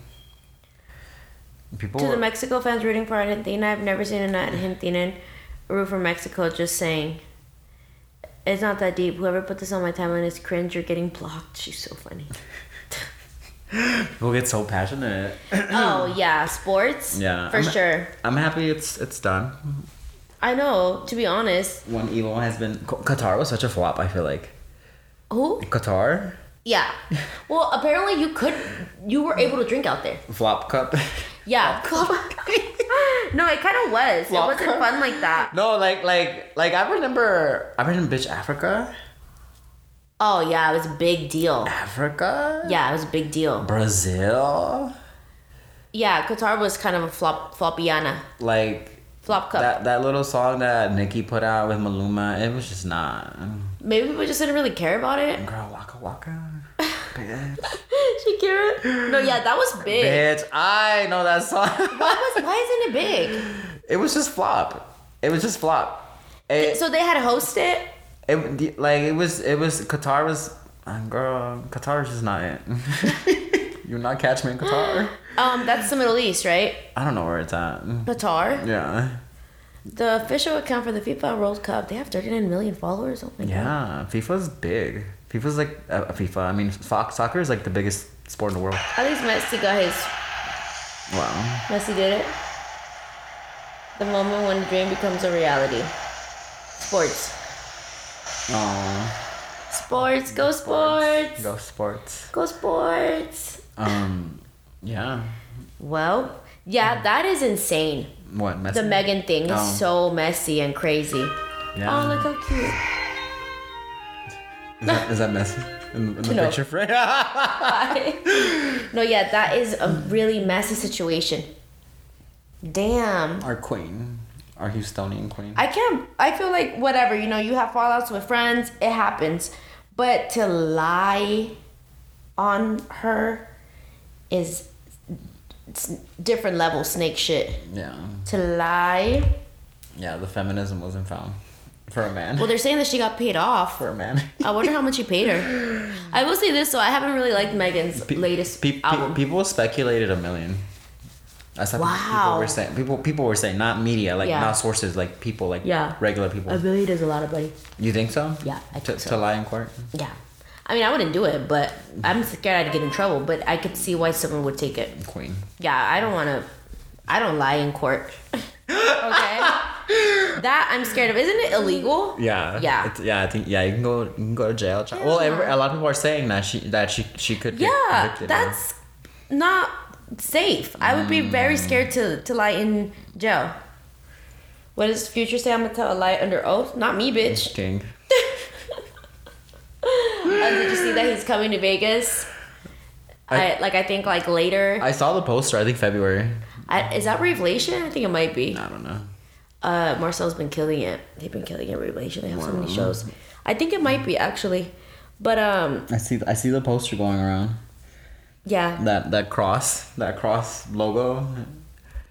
Speaker 3: People
Speaker 2: To the Mexico fans rooting for Argentina, I've never seen an Argentinian root for Mexico. Just saying. It's not that deep. Whoever put this on my timeline is cringe. You're getting blocked. She's so funny.
Speaker 3: people get so passionate.
Speaker 2: oh yeah, sports.
Speaker 3: Yeah,
Speaker 2: for
Speaker 3: I'm-
Speaker 2: sure.
Speaker 3: I'm happy it's it's done.
Speaker 2: I know. To be honest,
Speaker 3: One evil has been Q- Qatar was such a flop. I feel like
Speaker 2: who?
Speaker 3: Qatar
Speaker 2: Yeah. Well, apparently you could. You were able to drink out there.
Speaker 3: flop cup.
Speaker 2: Yeah. no, it kind of was. It wasn't fun like that.
Speaker 3: no, like like like I remember I remember bitch Africa
Speaker 2: Oh yeah, it was a big deal.
Speaker 3: Africa
Speaker 2: Yeah, it was a big deal.
Speaker 3: Brazil
Speaker 2: Yeah, Qatar was kind of a flop flopiana
Speaker 3: like
Speaker 2: flop cup.
Speaker 3: that that little song that Nicki put out with Maluma it was just not
Speaker 2: Maybe we just didn't really care about it.
Speaker 3: girl waka waka. Bitch.
Speaker 2: Shakira. No, yeah, that was big.
Speaker 3: Bitch, I know that song.
Speaker 2: Why was? Why isn't it
Speaker 3: it was just flop. It was just flop. It-
Speaker 2: big? So they had to host it.
Speaker 3: It the- like it was it was Qatar was uh, girl Qatar is just not it. you not catch me in Qatar.
Speaker 2: Um, that's the Middle East, right?
Speaker 3: I don't know where it's at.
Speaker 2: Qatar.
Speaker 3: Yeah,
Speaker 2: The official account for the FIFA World Cup. They have 39 million followers. Oh my god.
Speaker 3: yeah. FIFA's big. FIFA's like uh, FIFA. I mean, fo- soccer is like the biggest sport in the world.
Speaker 2: At least Messi got his.
Speaker 3: Wow.
Speaker 2: Messi did it. The moment when a dream becomes a reality. Sports.
Speaker 3: Oh,
Speaker 2: Sports. Go sports.
Speaker 3: go sports.
Speaker 2: Go sports.
Speaker 3: Um, yeah.
Speaker 2: Well, yeah, that is insane.
Speaker 3: What Messi?
Speaker 2: The Megan thing is
Speaker 3: Oh.
Speaker 2: so messy and crazy.
Speaker 3: Yeah.
Speaker 2: Oh, look how cute.
Speaker 3: is, that, is that Messi in, in the
Speaker 2: No.
Speaker 3: picture frame? yeah,
Speaker 2: no, yeah, that is a really messy situation. Damn.
Speaker 3: our queen, our Houstonian queen.
Speaker 2: I can't. I feel like whatever you know. You have fallouts with friends. It happens, but to lie on her is it's different level snake shit.
Speaker 3: yeah,
Speaker 2: To lie.
Speaker 3: yeah. The feminism wasn't found for a man.
Speaker 2: Well, they're saying that she got paid off.
Speaker 3: for a man.
Speaker 2: I wonder how much he paid her. I will say this though. I haven't really liked Megan's
Speaker 3: Pe-
Speaker 2: latest
Speaker 3: pe- pe-
Speaker 2: album.
Speaker 3: People speculated a million. That's what
Speaker 2: Wow.
Speaker 3: people were saying. People people were saying not media, like
Speaker 2: Yeah.
Speaker 3: not sources, like people, like
Speaker 2: Yeah.
Speaker 3: regular people.
Speaker 2: I really does a lot of money.
Speaker 3: you think so?
Speaker 2: Yeah, I
Speaker 3: to,
Speaker 2: think so.
Speaker 3: to lie in court.
Speaker 2: Yeah. I mean, I wouldn't do it, but I'm scared I'd get in trouble. But I could see why someone would take it.
Speaker 3: Queen.
Speaker 2: Yeah, I don't want to. I don't lie in court. okay. That I'm scared of. Isn't it illegal?
Speaker 3: Yeah.
Speaker 2: Yeah.
Speaker 3: It's, yeah. I think. Yeah. You can go. You can go to jail. Ch- Well,
Speaker 2: Yeah.
Speaker 3: every, a lot of people are saying that she that she she could. get
Speaker 2: Yeah,
Speaker 3: convicted, yeah.
Speaker 2: that's not safe. I would be very scared to, to lie in jail. What does future say? I'm gonna tell a lie under oath. Not me, bitch.
Speaker 3: king.
Speaker 2: Uh, did you see that he's coming to Vegas? I,
Speaker 3: I-
Speaker 2: like I think like later.
Speaker 3: I saw the poster. I think February.
Speaker 2: I, is that Revelation? I think it might be.
Speaker 3: I don't know.
Speaker 2: Uh, Marcel's been killing it. They've been killing it. Revelation. They have so many shows. I think it might be actually, but um,
Speaker 3: I see. I see the poster going around.
Speaker 2: yeah.
Speaker 3: That that cross. That cross logo.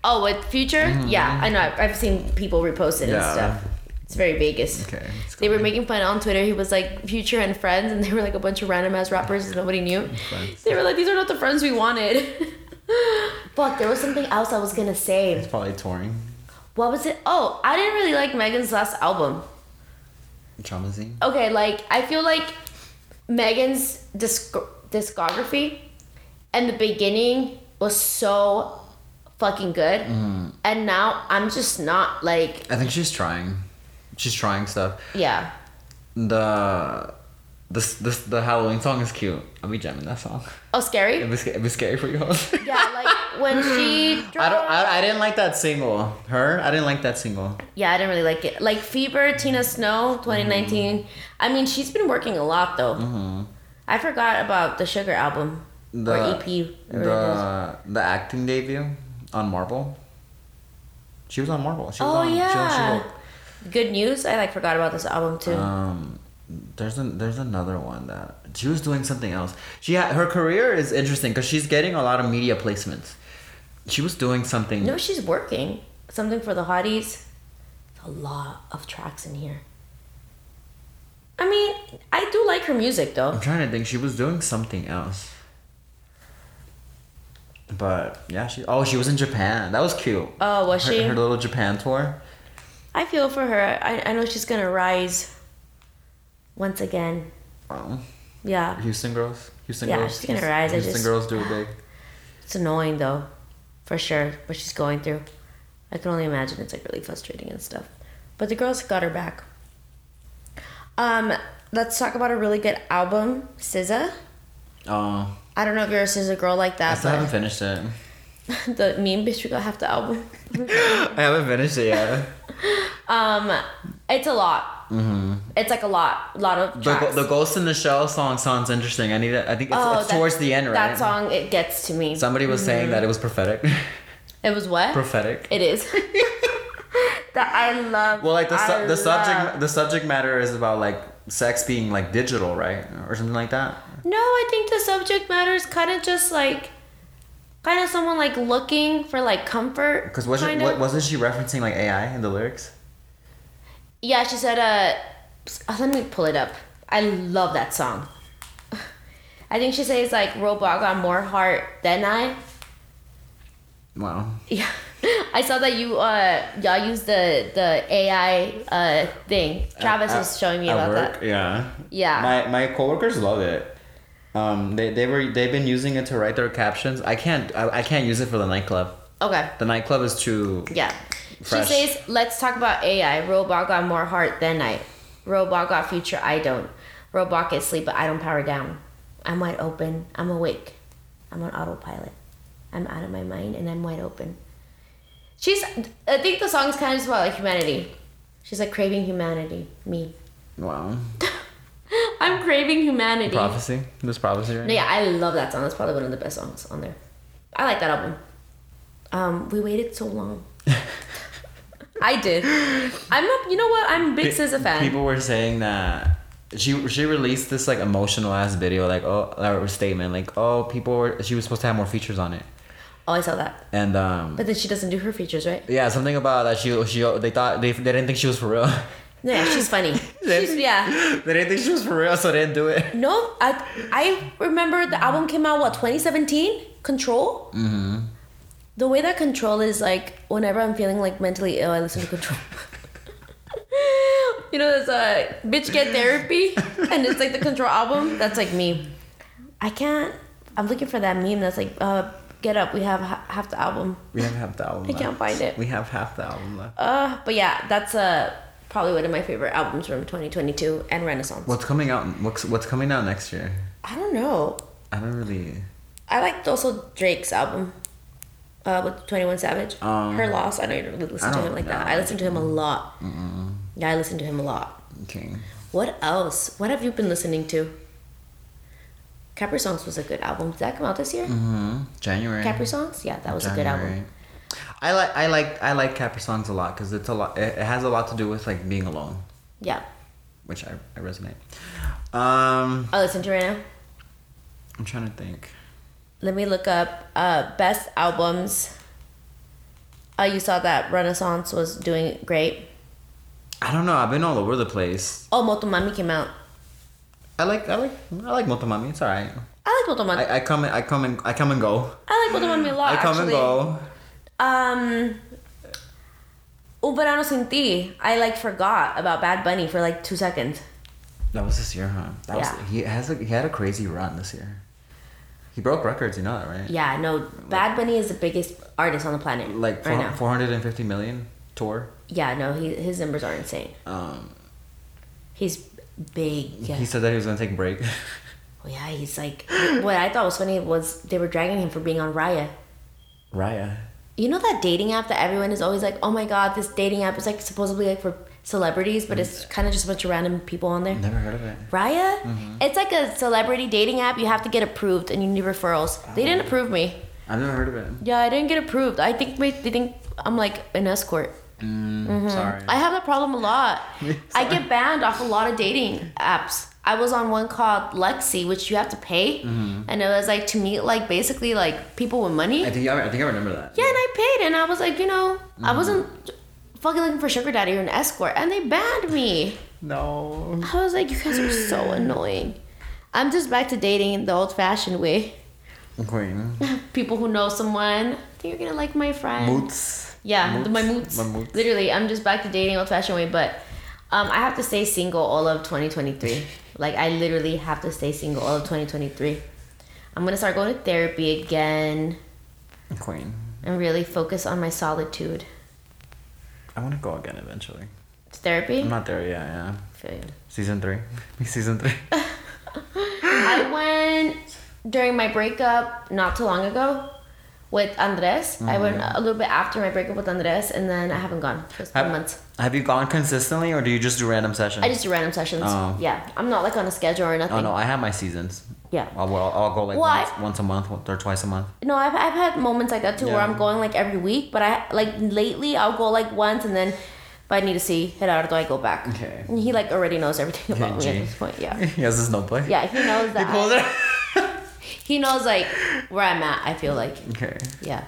Speaker 2: Oh, with Future? Yeah, I know. I've, I've seen people repost it
Speaker 3: Mm-hmm.
Speaker 2: and
Speaker 3: Yeah.
Speaker 2: stuff. It's very Vegas.
Speaker 3: Okay. it's
Speaker 2: They were making fun on Twitter. He was like Future and Friends, and they were like a bunch of random ass rappers that nobody knew.
Speaker 3: Friends.
Speaker 2: They were like, these are not the friends we wanted. Fuck, there was something else I was gonna say.
Speaker 3: It's probably touring.
Speaker 2: what was it? Oh, I didn't really like Megan's last album.
Speaker 3: Trauma scene.
Speaker 2: Okay, like I feel like Megan's disc- discography and the beginning was so fucking good,
Speaker 3: Mm-hmm.
Speaker 2: and now I'm just not like
Speaker 3: I think she's trying. She's trying stuff.
Speaker 2: yeah.
Speaker 3: The this this the Halloween song is cute. I'll be jamming that song.
Speaker 2: Oh, scary.
Speaker 3: It'd be, sca- it'd be scary for you.
Speaker 2: Yeah, like when she. Dropped,
Speaker 3: I don't. I, I didn't like that single. Her. I didn't like that single.
Speaker 2: yeah, I didn't really like it. Like Fever, Tina Snow, 2019.
Speaker 3: Mm-hmm.
Speaker 2: I mean, she's been working a lot though. I forgot about the Sugar album or E
Speaker 3: The-
Speaker 2: EP. or whatever it is.
Speaker 3: The the acting debut on Marvel. She was on Marvel. She was
Speaker 2: Oh
Speaker 3: on, She was on
Speaker 2: yeah.
Speaker 3: She-Hulk.
Speaker 2: Good news. I like forgot about this album too.
Speaker 3: Um, there's an there's another one that she was doing something else. She had, her career is interesting because she's getting a lot of media placements. She was doing something.
Speaker 2: no, she's working something for the hotties. A lot of tracks in here. I mean, I do like her music though.
Speaker 3: I'm trying to think. She was doing something else. But yeah, she oh she was in Japan. That was cute.
Speaker 2: Oh, was
Speaker 3: her,
Speaker 2: she?
Speaker 3: her little Japan tour.
Speaker 2: I feel for her. I, I know she's gonna rise once again.
Speaker 3: Wow.
Speaker 2: Yeah.
Speaker 3: Um, Houston girls. Houston
Speaker 2: Yeah,
Speaker 3: girls.
Speaker 2: she's gonna
Speaker 3: Houston-
Speaker 2: rise, I
Speaker 3: Houston
Speaker 2: just-
Speaker 3: girls do it big.
Speaker 2: It's annoying though, for sure, what she's going through. I can only imagine it's like really frustrating and stuff. But the girls got her back. Um, let's talk about a really good album, SZA.
Speaker 3: Oh,
Speaker 2: I don't know if you're a SZA girl like
Speaker 3: I
Speaker 2: that,
Speaker 3: still haven't finished it.
Speaker 2: but the meme bitch we got half the album.
Speaker 3: I haven't finished it yet.
Speaker 2: Um, it's a lot. Mm-hmm. It's like a lot, lot of
Speaker 3: The,
Speaker 2: tracks.
Speaker 3: Go- the Ghost in the Shell song sounds interesting. I need it. I think it's,
Speaker 2: Oh,
Speaker 3: it's
Speaker 2: that-
Speaker 3: towards the end, right?
Speaker 2: That song it gets to me.
Speaker 3: Somebody was saying that it was prophetic.
Speaker 2: it was what?
Speaker 3: prophetic.
Speaker 2: It is. that I love.
Speaker 3: Well, like the
Speaker 2: I
Speaker 3: su- the subject
Speaker 2: love.
Speaker 3: the subject matter is about like sex being like digital, right, or something like that.
Speaker 2: No, I think the subject matter is kind of just like, kind of someone like looking for like comfort.
Speaker 3: Because wasn't
Speaker 2: kinda.
Speaker 3: what, wasn't she referencing like AI in the lyrics?
Speaker 2: Yeah, she said. Uh, s- uh, let me pull it up. I love that song. I think she says like Robot got more heart than I.
Speaker 3: Wow.
Speaker 2: Yeah, I saw that you uh y'all used the the AI uh thing. Travis
Speaker 3: At-
Speaker 2: was showing me
Speaker 3: at
Speaker 2: about
Speaker 3: work,
Speaker 2: that.
Speaker 3: Yeah.
Speaker 2: Yeah.
Speaker 3: My my coworkers love it. Um, they, they were they've been using it to write their captions. I can't I, I can't use it for the nightclub.
Speaker 2: Okay.
Speaker 3: The nightclub is too
Speaker 2: Yeah.
Speaker 3: Fresh.
Speaker 2: She says, let's talk about AI. Robot got more heart than I. Robot got future, I don't. Robot gets sleep, but I don't power down. I'm wide open. I'm awake. I'm on autopilot. I'm out of my mind and I'm wide open. She's, I think the song's kind of just about like humanity. She's like craving humanity. Me.
Speaker 3: wow.
Speaker 2: I'm craving humanity.
Speaker 3: Prophecy. This prophecy. Right?
Speaker 2: No, yeah, I love that song. That's probably one of the best songs on there. I like that album. Um, we waited so long. I did. I'm a, you know what? I'm a big SZA fan.
Speaker 3: People were saying that she she released this like emotional ass video like oh or statement like oh people were she was supposed to have more features on it
Speaker 2: oh, I saw that.
Speaker 3: and um
Speaker 2: But then she doesn't do her features, right?
Speaker 3: yeah something about that she she they thought they, they didn't think she was for real
Speaker 2: No, yeah, she's funny. she's, yeah.
Speaker 3: they didn't think she was for real so they didn't do it
Speaker 2: No, I I remember the album came out what 2017. Control. Mm-hmm. The way that Control is like, whenever I'm feeling like mentally ill, I listen to Control. you know, there's a bitch get therapy, and it's like the Control album. That's like me. I can't. I'm looking for that meme that's like, uh, get up. We have ha- half the album.
Speaker 3: we have half the album
Speaker 2: I can't
Speaker 3: left.
Speaker 2: find it.
Speaker 3: we have half the album left
Speaker 2: Uh, but yeah, that's uh probably one of my favorite albums from 2022 and Renaissance.
Speaker 3: what's coming out what's what's coming out next year
Speaker 2: I don't know.
Speaker 3: I don't really
Speaker 2: I liked also Drake's album uh, with 21 Savage.
Speaker 3: Um,
Speaker 2: Her Loss. I don't even really listen
Speaker 3: I
Speaker 2: to
Speaker 3: don't
Speaker 2: him like that.
Speaker 3: know.
Speaker 2: I listen to him a lot. Yeah, I listen to him a lot.
Speaker 3: okay
Speaker 2: What else? What have you been listening to? Capri Songs was a good album. Did that come out this year?
Speaker 3: mm-hmm. January
Speaker 2: Capri Songs? Yeah, that was a good
Speaker 3: January.
Speaker 2: album.
Speaker 3: I like I like I like Capri songs a lot because it's a lot. It, it has a lot to do with like being alone,
Speaker 2: Yeah.
Speaker 3: which I, I resonate. Um,
Speaker 2: I listen to right now.
Speaker 3: I'm trying to think.
Speaker 2: Let me look up uh, best albums. Uh, you saw that Renaissance was doing great.
Speaker 3: I don't know. I've been all over the place.
Speaker 2: Oh, Motomami came out.
Speaker 3: I like I like I like Motomami. It's alright.
Speaker 2: I like Motomami. I,
Speaker 3: I, I come and- I come and I come and go.
Speaker 2: Oh, like Motomami a lot.
Speaker 3: I come
Speaker 2: actually.
Speaker 3: and go.
Speaker 2: Um, Un verano sin ti. I like forgot about Bad Bunny for like two seconds.
Speaker 3: That was this year, huh? That
Speaker 2: Yeah.
Speaker 3: was he has a, he had a crazy run this year. He broke records, you know that, right?
Speaker 2: Yeah, no, Bad Bunny is the biggest artist on the planet
Speaker 3: Like
Speaker 2: right now.
Speaker 3: four hundred and fifty million tour.
Speaker 2: Yeah, no, he, his numbers are insane.
Speaker 3: Um,
Speaker 2: He's big. Yeah.
Speaker 3: He said that he was gonna take a break.
Speaker 2: Oh, yeah, he's like. What I thought was funny was they were dragging him for being on Raya.
Speaker 3: Raya.
Speaker 2: You know that dating app that everyone is always like, oh my god, this dating app is like supposedly like for celebrities, but it's kind of just a bunch of random people on there.
Speaker 3: Never heard of it.
Speaker 2: Raya? It's like a celebrity dating app. You have to get approved and you need referrals. They didn't approve me.
Speaker 3: I've never heard of it.
Speaker 2: Yeah, I didn't get approved. I think they they think I'm like an escort.
Speaker 3: Mm, Sorry.
Speaker 2: Mm-hmm. I have that problem a lot. I get banned off a lot of dating apps. I was on one called Lexi, which you have to pay, and it was like to meet like basically like people with money.
Speaker 3: Mm-hmm. I think Mm-hmm. I, I think I remember that.
Speaker 2: yeah, and I paid, and I was like, you know, I wasn't fucking looking for sugar daddy or an escort, and they banned me.
Speaker 3: No.
Speaker 2: I was like, you guys are so annoying. I'm just back to dating in the old-fashioned way.
Speaker 3: Queen.
Speaker 2: People who know someone, I think you're gonna like my friend.
Speaker 3: Moots.
Speaker 2: Yeah, the, my
Speaker 3: Moots.
Speaker 2: moots.
Speaker 3: My moots.
Speaker 2: Literally, I'm just back to dating old fashioned way, but um, I have to stay single all of 2023. like, I literally have to stay single all of 2023. I'm gonna start going to therapy again
Speaker 3: Queen.
Speaker 2: and really focus on my solitude.
Speaker 3: I want to go again eventually.
Speaker 2: Therapy?
Speaker 3: I'm not there yet. Yeah.
Speaker 2: Feel you.
Speaker 3: Season three. Season three.
Speaker 2: I went during my breakup not too long ago with Andres.
Speaker 3: Mm-hmm.
Speaker 2: I went a little bit after my breakup with Andres, and then I haven't gone for
Speaker 3: Have-
Speaker 2: months.
Speaker 3: Have you gone consistently, or do you just do random sessions?
Speaker 2: I just do random sessions.
Speaker 3: Oh.
Speaker 2: Yeah, I'm not like on a schedule or nothing.
Speaker 3: Oh no, I have my seasons.
Speaker 2: Yeah.
Speaker 3: I'll, well, I'll go like
Speaker 2: Why?
Speaker 3: once, once a month once- or twice a month.
Speaker 2: No, I've, I've had moments like that too where
Speaker 3: Yeah.
Speaker 2: I'm going like every week, but I like lately I'll go like once and then if I need to see Gerardo, I go back.
Speaker 3: Okay.
Speaker 2: And he like already knows everything about me at
Speaker 3: Gee.
Speaker 2: this point. Yeah.
Speaker 3: he has his notebook.
Speaker 2: Yeah, he knows
Speaker 3: He
Speaker 2: that.
Speaker 3: pulls it.
Speaker 2: he knows like where I'm at, I feel like.
Speaker 3: okay.
Speaker 2: Yeah.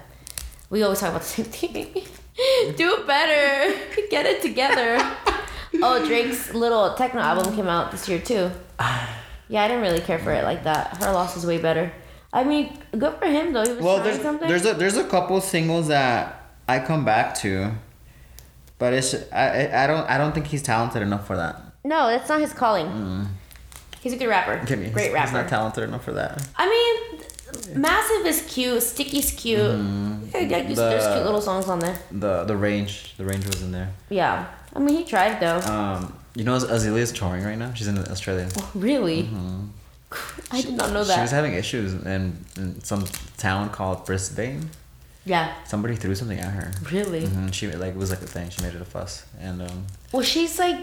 Speaker 2: We always talk about the same thing. Do better. Get it together. oh, Drake's little techno album came out this year too. Yeah, I didn't really care for it like that. Her loss is way better. I mean, good for him though. He was
Speaker 3: Well,
Speaker 2: trying
Speaker 3: there's
Speaker 2: something.
Speaker 3: there's a there's a couple singles that I come back to, but it's I I- I don't I don't think he's talented enough for that.
Speaker 2: No, that's not his calling. He's a good rapper.
Speaker 3: Give me Mm.
Speaker 2: Great
Speaker 3: he's, He's
Speaker 2: rapper.
Speaker 3: not talented enough for that.
Speaker 2: I mean, th- Massive is cute. Sticky's cute.
Speaker 3: Mm,
Speaker 2: Yeah, yeah, there's- there's
Speaker 3: The-
Speaker 2: cute little songs on there.
Speaker 3: The the range the range was in there.
Speaker 2: Yeah. I mean, he tried though.
Speaker 3: Um, you know Azealia's touring right now. She's in Australia.
Speaker 2: really? I did not know
Speaker 3: mm-hmm. She was
Speaker 2: that.
Speaker 3: having issues in, in some town called Brisbane.
Speaker 2: Yeah.
Speaker 3: Somebody threw something at her.
Speaker 2: Really?
Speaker 3: Mhm, She like it was like a thing. She made it a fuss, and um,
Speaker 2: Well, she's like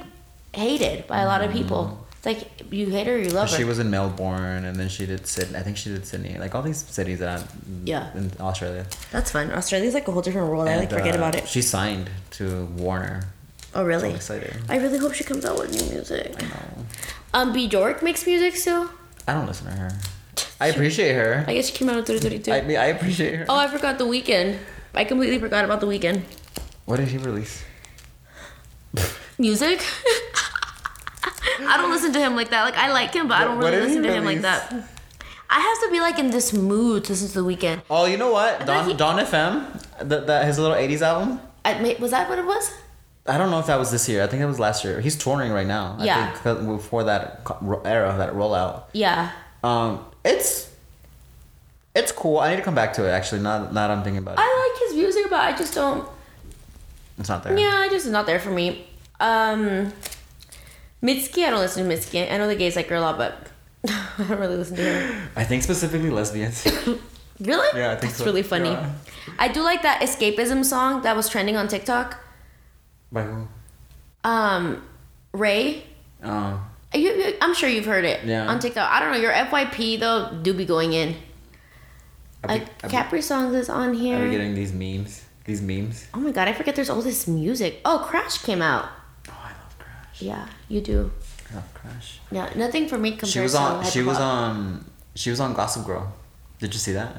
Speaker 2: hated by a lot of people. It's like you hate her, or you love her.
Speaker 3: Mm. she was in Melbourne, and then she did Sydney. I think she did Sydney, like all these cities that i
Speaker 2: Yeah.
Speaker 3: in Australia.
Speaker 2: That's fun. Australia's like a whole different world. I
Speaker 3: And,
Speaker 2: like forget
Speaker 3: uh,
Speaker 2: about it.
Speaker 3: She signed to Warner.
Speaker 2: Oh,
Speaker 3: So
Speaker 2: really?
Speaker 3: excited.
Speaker 2: I really hope she comes out with new music.
Speaker 3: No.
Speaker 2: Um, B. Dork makes music still.
Speaker 3: I don't listen to her. I appreciate her.
Speaker 2: I guess she came out in 3032.
Speaker 3: I mean, I appreciate her.
Speaker 2: Oh, I forgot the weekend. I completely forgot about the weekend.
Speaker 3: What did he release?
Speaker 2: Music. I don't listen to him like that. Like I like him, but I don't
Speaker 3: What- what
Speaker 2: really
Speaker 3: did he
Speaker 2: listen to him like
Speaker 3: release?
Speaker 2: that. I have to be like in this mood to listen to the weekend.
Speaker 3: Oh, you know what?
Speaker 2: thought
Speaker 3: Don
Speaker 2: he-
Speaker 3: Don FM, that that his little '80s album.
Speaker 2: I, ma- was that what it was?
Speaker 3: I don't know if that was this year. I think that was last year. He's touring right now.
Speaker 2: Yeah.
Speaker 3: I think 'cause before that co- era, that rollout.
Speaker 2: Yeah.
Speaker 3: Um, it's it's cool. I need to come back to it. Actually, not not I'm thinking about it.
Speaker 2: I like his music, but I just don't.
Speaker 3: It's not there.
Speaker 2: Yeah, it just is not there for me. Um, Mitski, I don't listen to Mitski. I know the gays like her a lot, but I don't really listen to her.
Speaker 3: I think specifically lesbians.
Speaker 2: Really?
Speaker 3: Yeah, I think
Speaker 2: That's
Speaker 3: so.
Speaker 2: really funny.
Speaker 3: Yeah.
Speaker 2: I do like that escapism song that was trending on TikTok.
Speaker 3: By who?
Speaker 2: Um, Ray.
Speaker 3: Um,
Speaker 2: You, you- I'm sure you've heard it
Speaker 3: Yeah.
Speaker 2: on TikTok. I don't know. Your FYP though do be going in.
Speaker 3: I
Speaker 2: Like
Speaker 3: be, I be,
Speaker 2: Capri songs is on
Speaker 3: I be
Speaker 2: here.
Speaker 3: getting these memes. These memes.
Speaker 2: oh my god, I forget there's all this music. Oh, Crash came out.
Speaker 3: Oh, I love Crash.
Speaker 2: Yeah, you do.
Speaker 3: I love Crash.
Speaker 2: Yeah, nothing for me compared
Speaker 3: She was
Speaker 2: to
Speaker 3: on.
Speaker 2: Hype
Speaker 3: She was
Speaker 2: Club.
Speaker 3: on. She was on Gossip Girl. Did you see that?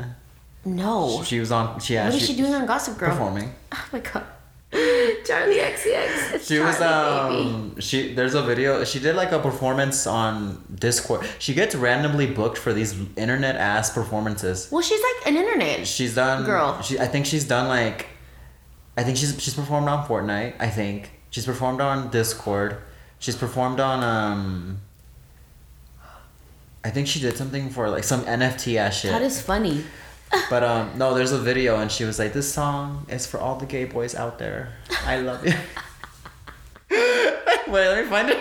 Speaker 2: No.
Speaker 3: She was on. She yeah.
Speaker 2: Oh. What is she doing on Gossip Girl?
Speaker 3: Performing.
Speaker 2: Oh my god. Charlie XCX. It's
Speaker 3: She was
Speaker 2: Charlie, baby.
Speaker 3: um she there's a video she did like a performance on Discord. She gets randomly booked for these internet ass performances.
Speaker 2: Well, she's like an internet.
Speaker 3: She's done.
Speaker 2: Girl.
Speaker 3: She, I think she's done like I think she's she's performed on Fortnite. I think she's performed on Discord. She's performed on um. I think she did something for like some NFT ass shit.
Speaker 2: That is funny.
Speaker 3: But um, no, there's a video, and she was like, "This song is for all the gay boys out there. I love you." Wait, let me find it.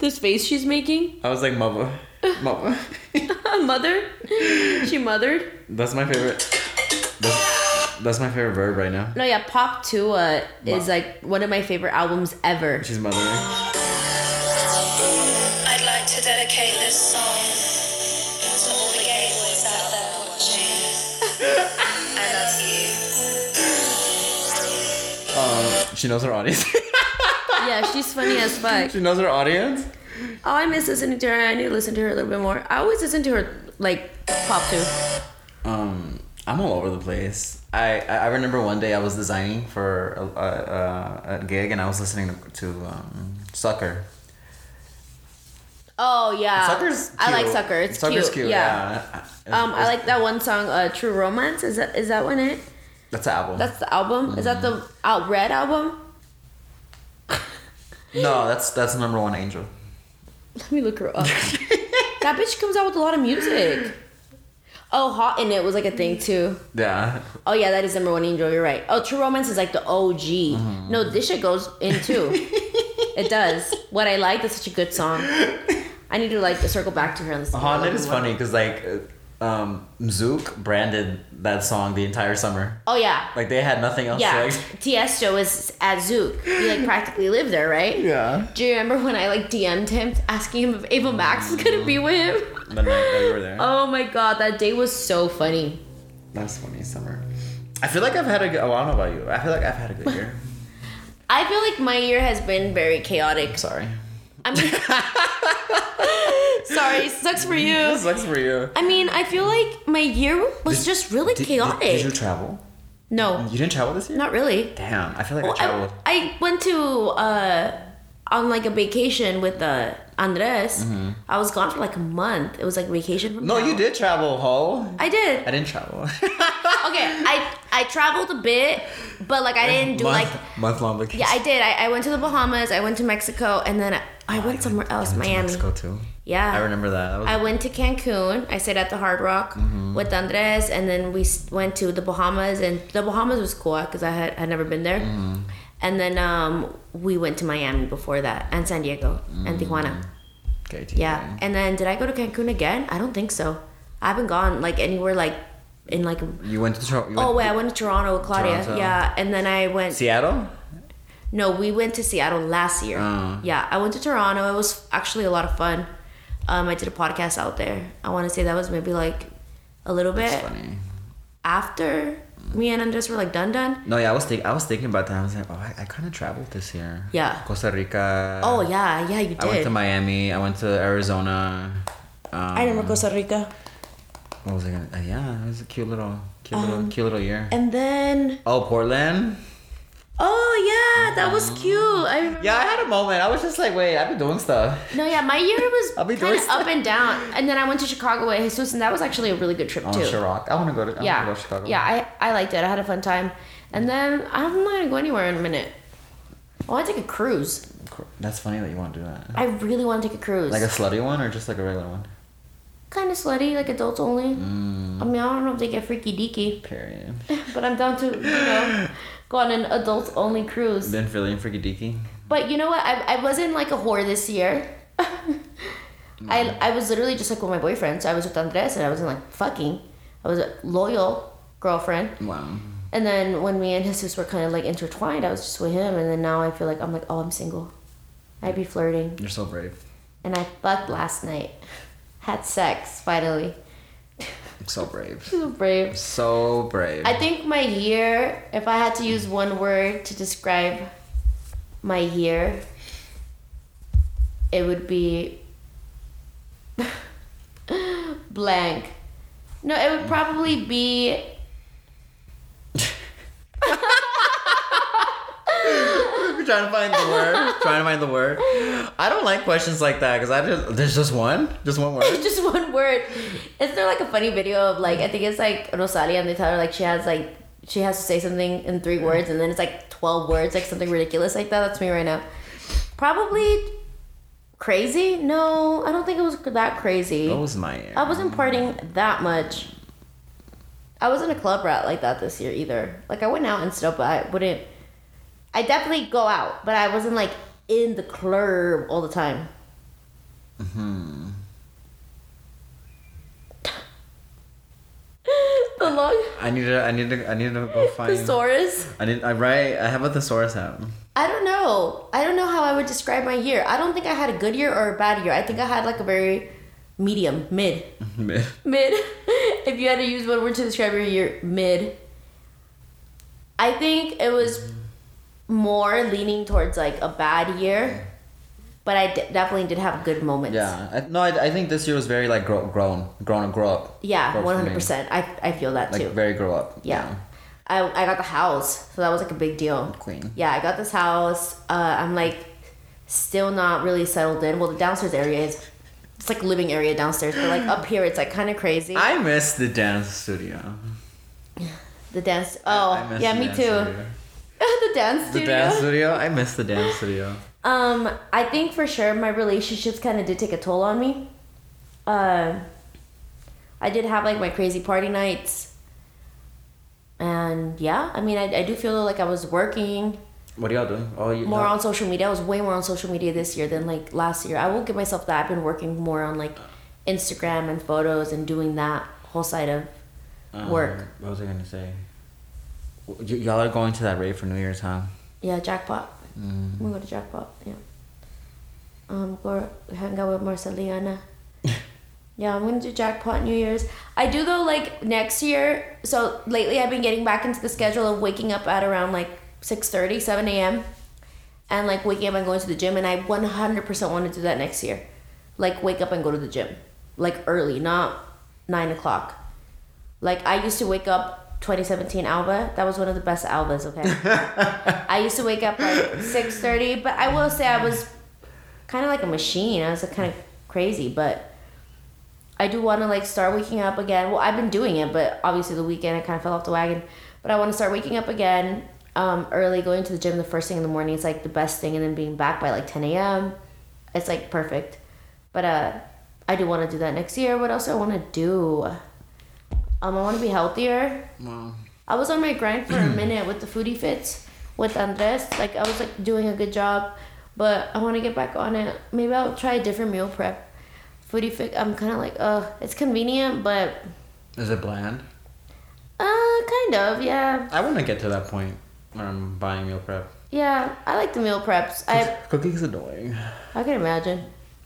Speaker 2: This face she's making,
Speaker 3: I was like, "Mama, mama."
Speaker 2: mother, she mothered.
Speaker 3: that's my favorite. That's, that's my favorite verb right now.
Speaker 2: No, yeah, Pop Tua is
Speaker 3: Wow.
Speaker 2: like one of my favorite albums ever.
Speaker 3: She's mothering.
Speaker 5: I'd like to dedicate this song to all the gay boys out there watching. I love you.
Speaker 3: Um, she knows her audience.
Speaker 2: yeah, she's funny as fuck.
Speaker 3: she knows her audience.
Speaker 2: Oh, I miss listening to her. I need to listen to her a little bit more. I always listen to her like Pop Two.
Speaker 3: Um, I'm all over the place. I, I I remember one day I was designing for a, a, a- a gig and I was listening to, to um, Sucker.
Speaker 2: Oh yeah,
Speaker 3: Sucker's
Speaker 2: I like
Speaker 3: cute.
Speaker 2: Sucker. It's
Speaker 3: Sucker's
Speaker 2: cute. Yeah. Um, I
Speaker 3: It's-
Speaker 2: like that one song, uh, "True Romance." Is that is that one it?
Speaker 3: That's an album.
Speaker 2: That's the album. Is that the out Red album?
Speaker 3: no, that's that's number one angel.
Speaker 2: Let me look her up. that bitch comes out with a lot of music. Oh, Hot in It was like a thing too.
Speaker 3: Yeah.
Speaker 2: Oh yeah, that is number one angel. You're right. Oh, True Romance is like the OG.
Speaker 3: Mm-hmm.
Speaker 2: No, this shit goes in too. it does. What I like. That's such a good song. I need to like circle back to her on this.
Speaker 3: Haunted is funny because like uh, um, Zook branded that song the entire summer.
Speaker 2: Oh yeah.
Speaker 3: Like they had nothing else.
Speaker 2: Yeah,
Speaker 3: To, like,
Speaker 2: Tiesto is at Zook. You like practically live there, right?
Speaker 3: yeah.
Speaker 2: Do you remember when I like DM'd him asking him if Ava Max was gonna be with him?
Speaker 3: The night that we were there.
Speaker 2: Oh my god, that day was so funny.
Speaker 3: That's funny summer. I feel like I've had a good. Oh, I don't know about you. I feel like I've had a good year.
Speaker 2: I feel like my year has been very chaotic.
Speaker 3: Sorry.
Speaker 2: I mean, sorry, sucks for you.
Speaker 3: This sucks for you.
Speaker 2: I mean, I feel like my year was
Speaker 3: Did-
Speaker 2: just really
Speaker 3: Did- did-
Speaker 2: chaotic.
Speaker 3: Did, you travel?
Speaker 2: no,
Speaker 3: You didn't travel this year.
Speaker 2: not really.
Speaker 3: Damn, I feel like
Speaker 2: Well,
Speaker 3: I
Speaker 2: I,
Speaker 3: traveled.
Speaker 2: I went to uh, on like a vacation with uh, Andres. I was gone for like a month. It was like vacation. From
Speaker 3: Mm-hmm. no,
Speaker 2: now.
Speaker 3: you did travel, ho.
Speaker 2: I did.
Speaker 3: I didn't travel.
Speaker 2: Okay, I I traveled a bit, but like I didn't do like
Speaker 3: month long vacation.
Speaker 2: yeah I did. I, I went to the Bahamas. I went to Mexico, and then I, I went somewhere else, Miami.
Speaker 3: Mexico too.
Speaker 2: Yeah.
Speaker 3: I remember that. that was,
Speaker 2: I went to Cancun. I stayed at the Hard Rock with Andres, and then we s- went to the Bahamas, and the Bahamas was cool because I had had never been there. And then um, we went to Miami before that, and San Diego, and Tijuana.
Speaker 3: okay, TV.
Speaker 2: Mm-hmm. Yeah, and then did I go to Cancun again? I don't think so. I haven't gone like anywhere like in like.
Speaker 3: You went to Tor- you went
Speaker 2: Oh wait, I went to Toronto with Claudia.
Speaker 3: Toronto.
Speaker 2: Yeah, and then I went.
Speaker 3: Seattle.
Speaker 2: No, we went to Seattle last year.
Speaker 3: Oh.
Speaker 2: Yeah, I went to Toronto. It was actually a lot of fun. Um, I did a podcast out there. I want to say that was maybe like a little
Speaker 3: That's
Speaker 2: bit
Speaker 3: funny.
Speaker 2: after me and Andres were like done done.
Speaker 3: No, yeah, I was think I was thinking about that. I was like, oh, I, I kind of traveled this year.
Speaker 2: Yeah.
Speaker 3: Costa Rica.
Speaker 2: Oh yeah, yeah, you did.
Speaker 3: I went to Miami. I went to Arizona. Um,
Speaker 6: I remember Costa Rica.
Speaker 3: What was I gonna? Uh, yeah, it was a cute little, cute little, cute little year.
Speaker 2: Um, and then
Speaker 3: Oh, Portland.
Speaker 2: oh yeah, that was cute. I remember.
Speaker 3: Yeah, I had a moment. I was just like, wait, I've been doing stuff.
Speaker 2: No, yeah, my year was
Speaker 3: I'll be
Speaker 2: kind of
Speaker 3: doing
Speaker 2: up and down. And then I went to Chicago with Jesus, and that was actually a really good trip
Speaker 3: On
Speaker 2: too.
Speaker 3: Chirac. I want to go to. Oh, I
Speaker 2: Yeah,
Speaker 3: wanna go to Chicago.
Speaker 2: yeah, I I liked it. I had a fun time. And then I'm not gonna go anywhere in a minute. I want to take a cruise.
Speaker 3: That's funny that you want to do that.
Speaker 2: I really want to take a cruise.
Speaker 3: Like a slutty one or just like a regular one?
Speaker 2: kind of slutty, like adults only.
Speaker 3: Mm.
Speaker 2: I mean, I don't know if they get freaky deaky,
Speaker 3: Period.
Speaker 2: but I'm down to you know go on an adults only cruise.
Speaker 3: Been feeling freaky deaky.
Speaker 2: But you know what? I, I wasn't like a whore this year. I I was literally just like with my boyfriend. So I was with Andres, and I wasn't like fucking. I was a loyal girlfriend.
Speaker 3: Wow.
Speaker 2: And then when me and Jesus were kind of like intertwined, I was just with him. And then now I feel like I'm like, oh, I'm single. I'd be flirting.
Speaker 3: You're so brave.
Speaker 2: And I fucked last night. Had sex finally.
Speaker 3: So brave.
Speaker 2: So brave.
Speaker 3: So brave.
Speaker 2: I think my year, if I had to use one word to describe my year, it would be blank. No, it would probably be.
Speaker 3: We're trying to find the word. trying to find the word. I don't like questions like that because I just there's just one, just one word.
Speaker 2: Just one word. Is there like a funny video of like I think it's like Rosalia and they tell her like she has like she has to say something in three words and then it's like 12 words, like something ridiculous like that. That's me right now. Probably crazy? No, I don't think it was that crazy.
Speaker 3: That was my era.
Speaker 2: I wasn't partying that much. I wasn't a club rat like that this year either. Like I went out and stuff, but I wouldn't. I definitely go out, but I wasn't like in the club all the time.
Speaker 3: Mm-hmm.
Speaker 2: Hmm. the long
Speaker 3: I need to. I need to. I need to go find.
Speaker 2: thesaurus.
Speaker 3: I need. I write. I have a thesaurus out.
Speaker 2: I don't know. I don't know how I would describe my year. I don't think I had a good year or a bad year. I think I had like a very medium, mid. mid. if you had to use one word to describe your year, mid. I think it was more leaning towards like a bad year, but I d- definitely did have good moments.
Speaker 3: yeah. I, no. I, I think this year was very like grow, grown, grown, grow up.
Speaker 2: Yeah,
Speaker 3: Grow up
Speaker 2: one
Speaker 3: for me.
Speaker 2: hundred percent. I I feel that
Speaker 3: Like
Speaker 2: too.
Speaker 3: very grow up.
Speaker 2: yeah. I, I got the house, so that was like a big deal.
Speaker 3: Queen.
Speaker 2: Yeah, I got this house. Uh, I'm like still not really settled in. Well, the downstairs area is it's like living area downstairs, but like up here, it's like kind of crazy.
Speaker 3: I miss the dance studio.
Speaker 2: the dance.
Speaker 3: I
Speaker 2: Oh,
Speaker 3: miss
Speaker 2: yeah,
Speaker 3: the
Speaker 2: me
Speaker 3: dance
Speaker 2: too.
Speaker 3: studio.
Speaker 2: the dance
Speaker 3: The
Speaker 2: studio.
Speaker 3: dance studio. I miss the dance studio.
Speaker 2: Um, I think for sure my relationships kind of did take a toll on me. Uh, I did have like my crazy party nights. And yeah, I mean, I, I do feel like I was working
Speaker 3: What are y'all doing? Oh, you
Speaker 2: more
Speaker 3: no.
Speaker 2: on social media. I was way more on social media this year than like last year. I will give myself that. I've been working more on like Instagram and photos and doing that whole side of
Speaker 3: Um,
Speaker 2: work.
Speaker 3: What was I gonna say? Y- y'all are going to that rave for New Year's, huh?
Speaker 2: Yeah, jackpot. I'm gonna go to jackpot. Yeah. Um, go hang out with Marceliana. yeah, I'm gonna do jackpot New Year's. I do though, like next year. So lately, I've been getting back into the schedule of waking up at around like 6:30, 7 a.m. and like waking up and going to the gym. And I 100% want to do that next year. Like wake up and go to the gym, like early, not nine o'clock. Like I used to wake up 2017 Alba. That was one of the best Albas. Okay. I used to wake up like six thirty, but I will say I was kind of like a machine. I was like, kind of crazy, but I do want to like start waking up again. Well, I've been doing it, but obviously the weekend I kind of fell off the wagon. But I want to start waking up again um, early, going to the gym the first thing in the morning. It's like the best thing, and then being back by like ten a.m. It's like perfect. But uh, I do want to do that next year. What else do I want to do? Um, I want to be healthier.
Speaker 3: Wow.
Speaker 2: I was on my grind for
Speaker 3: Hmm.
Speaker 2: a minute with the foodie fits with Andres. Like I was like doing a good job, but I want to get back on it. Maybe I'll try a different meal prep. Foodie fit. I'm kind of like, uh, it's convenient, but
Speaker 3: Is it bland?
Speaker 2: uh, kind of, yeah,
Speaker 3: I want to get to that point when I'm buying meal prep.
Speaker 2: yeah. I like the meal preps. I
Speaker 3: Cooking's annoying.
Speaker 2: I can imagine.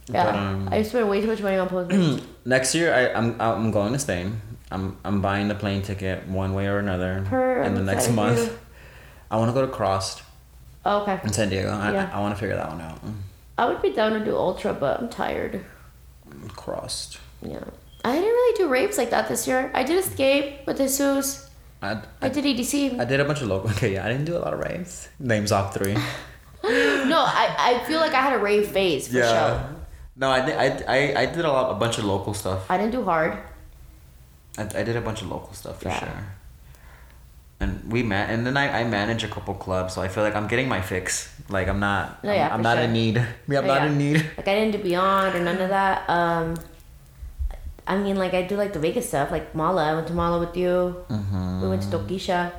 Speaker 2: Yeah,
Speaker 3: But, um,
Speaker 2: I spent way too much money on Postmates.
Speaker 3: Next year, I, I'm I'm going to Spain. I'm I'm buying the plane ticket one way or another
Speaker 2: Per-
Speaker 3: in the
Speaker 2: I'm
Speaker 3: next
Speaker 2: excited
Speaker 3: month.
Speaker 2: too.
Speaker 3: I want to go to Crossed
Speaker 2: oh, okay,
Speaker 3: in San Diego. I,
Speaker 2: Yeah.
Speaker 3: I want to figure that one out.
Speaker 2: I would be down to do ultra, but I'm tired.
Speaker 3: Crossed.
Speaker 2: Yeah, I didn't really do rapes like that this year. I did escape with Jesus.
Speaker 3: I,
Speaker 2: I
Speaker 3: I,
Speaker 2: did EDC.
Speaker 3: I did a bunch of local. Okay, yeah, I didn't do a lot of raves. Names off three.
Speaker 2: No, I, I feel like I had a rave phase for sure.
Speaker 3: No, I, did- I, I, I did a lot a bunch of local stuff.
Speaker 2: I didn't do hard.
Speaker 3: I, I did a bunch of local stuff for
Speaker 2: Yeah.
Speaker 3: sure. And we met, and then I, I manage a couple clubs, so I feel like I'm getting my fix. Like I'm not,
Speaker 2: No,
Speaker 3: I'm,
Speaker 2: yeah,
Speaker 3: I'm
Speaker 2: for
Speaker 3: not
Speaker 2: sure.
Speaker 3: in need. Yeah, I'm not
Speaker 2: Oh, yeah.
Speaker 3: in need.
Speaker 2: Like I didn't do Beyond or none
Speaker 3: Mm-hmm.
Speaker 2: of that. Um, I mean, like I do like the Vegas stuff, like Mala. I went to Mala with you.
Speaker 3: Mm-hmm.
Speaker 2: We went to Tokisha.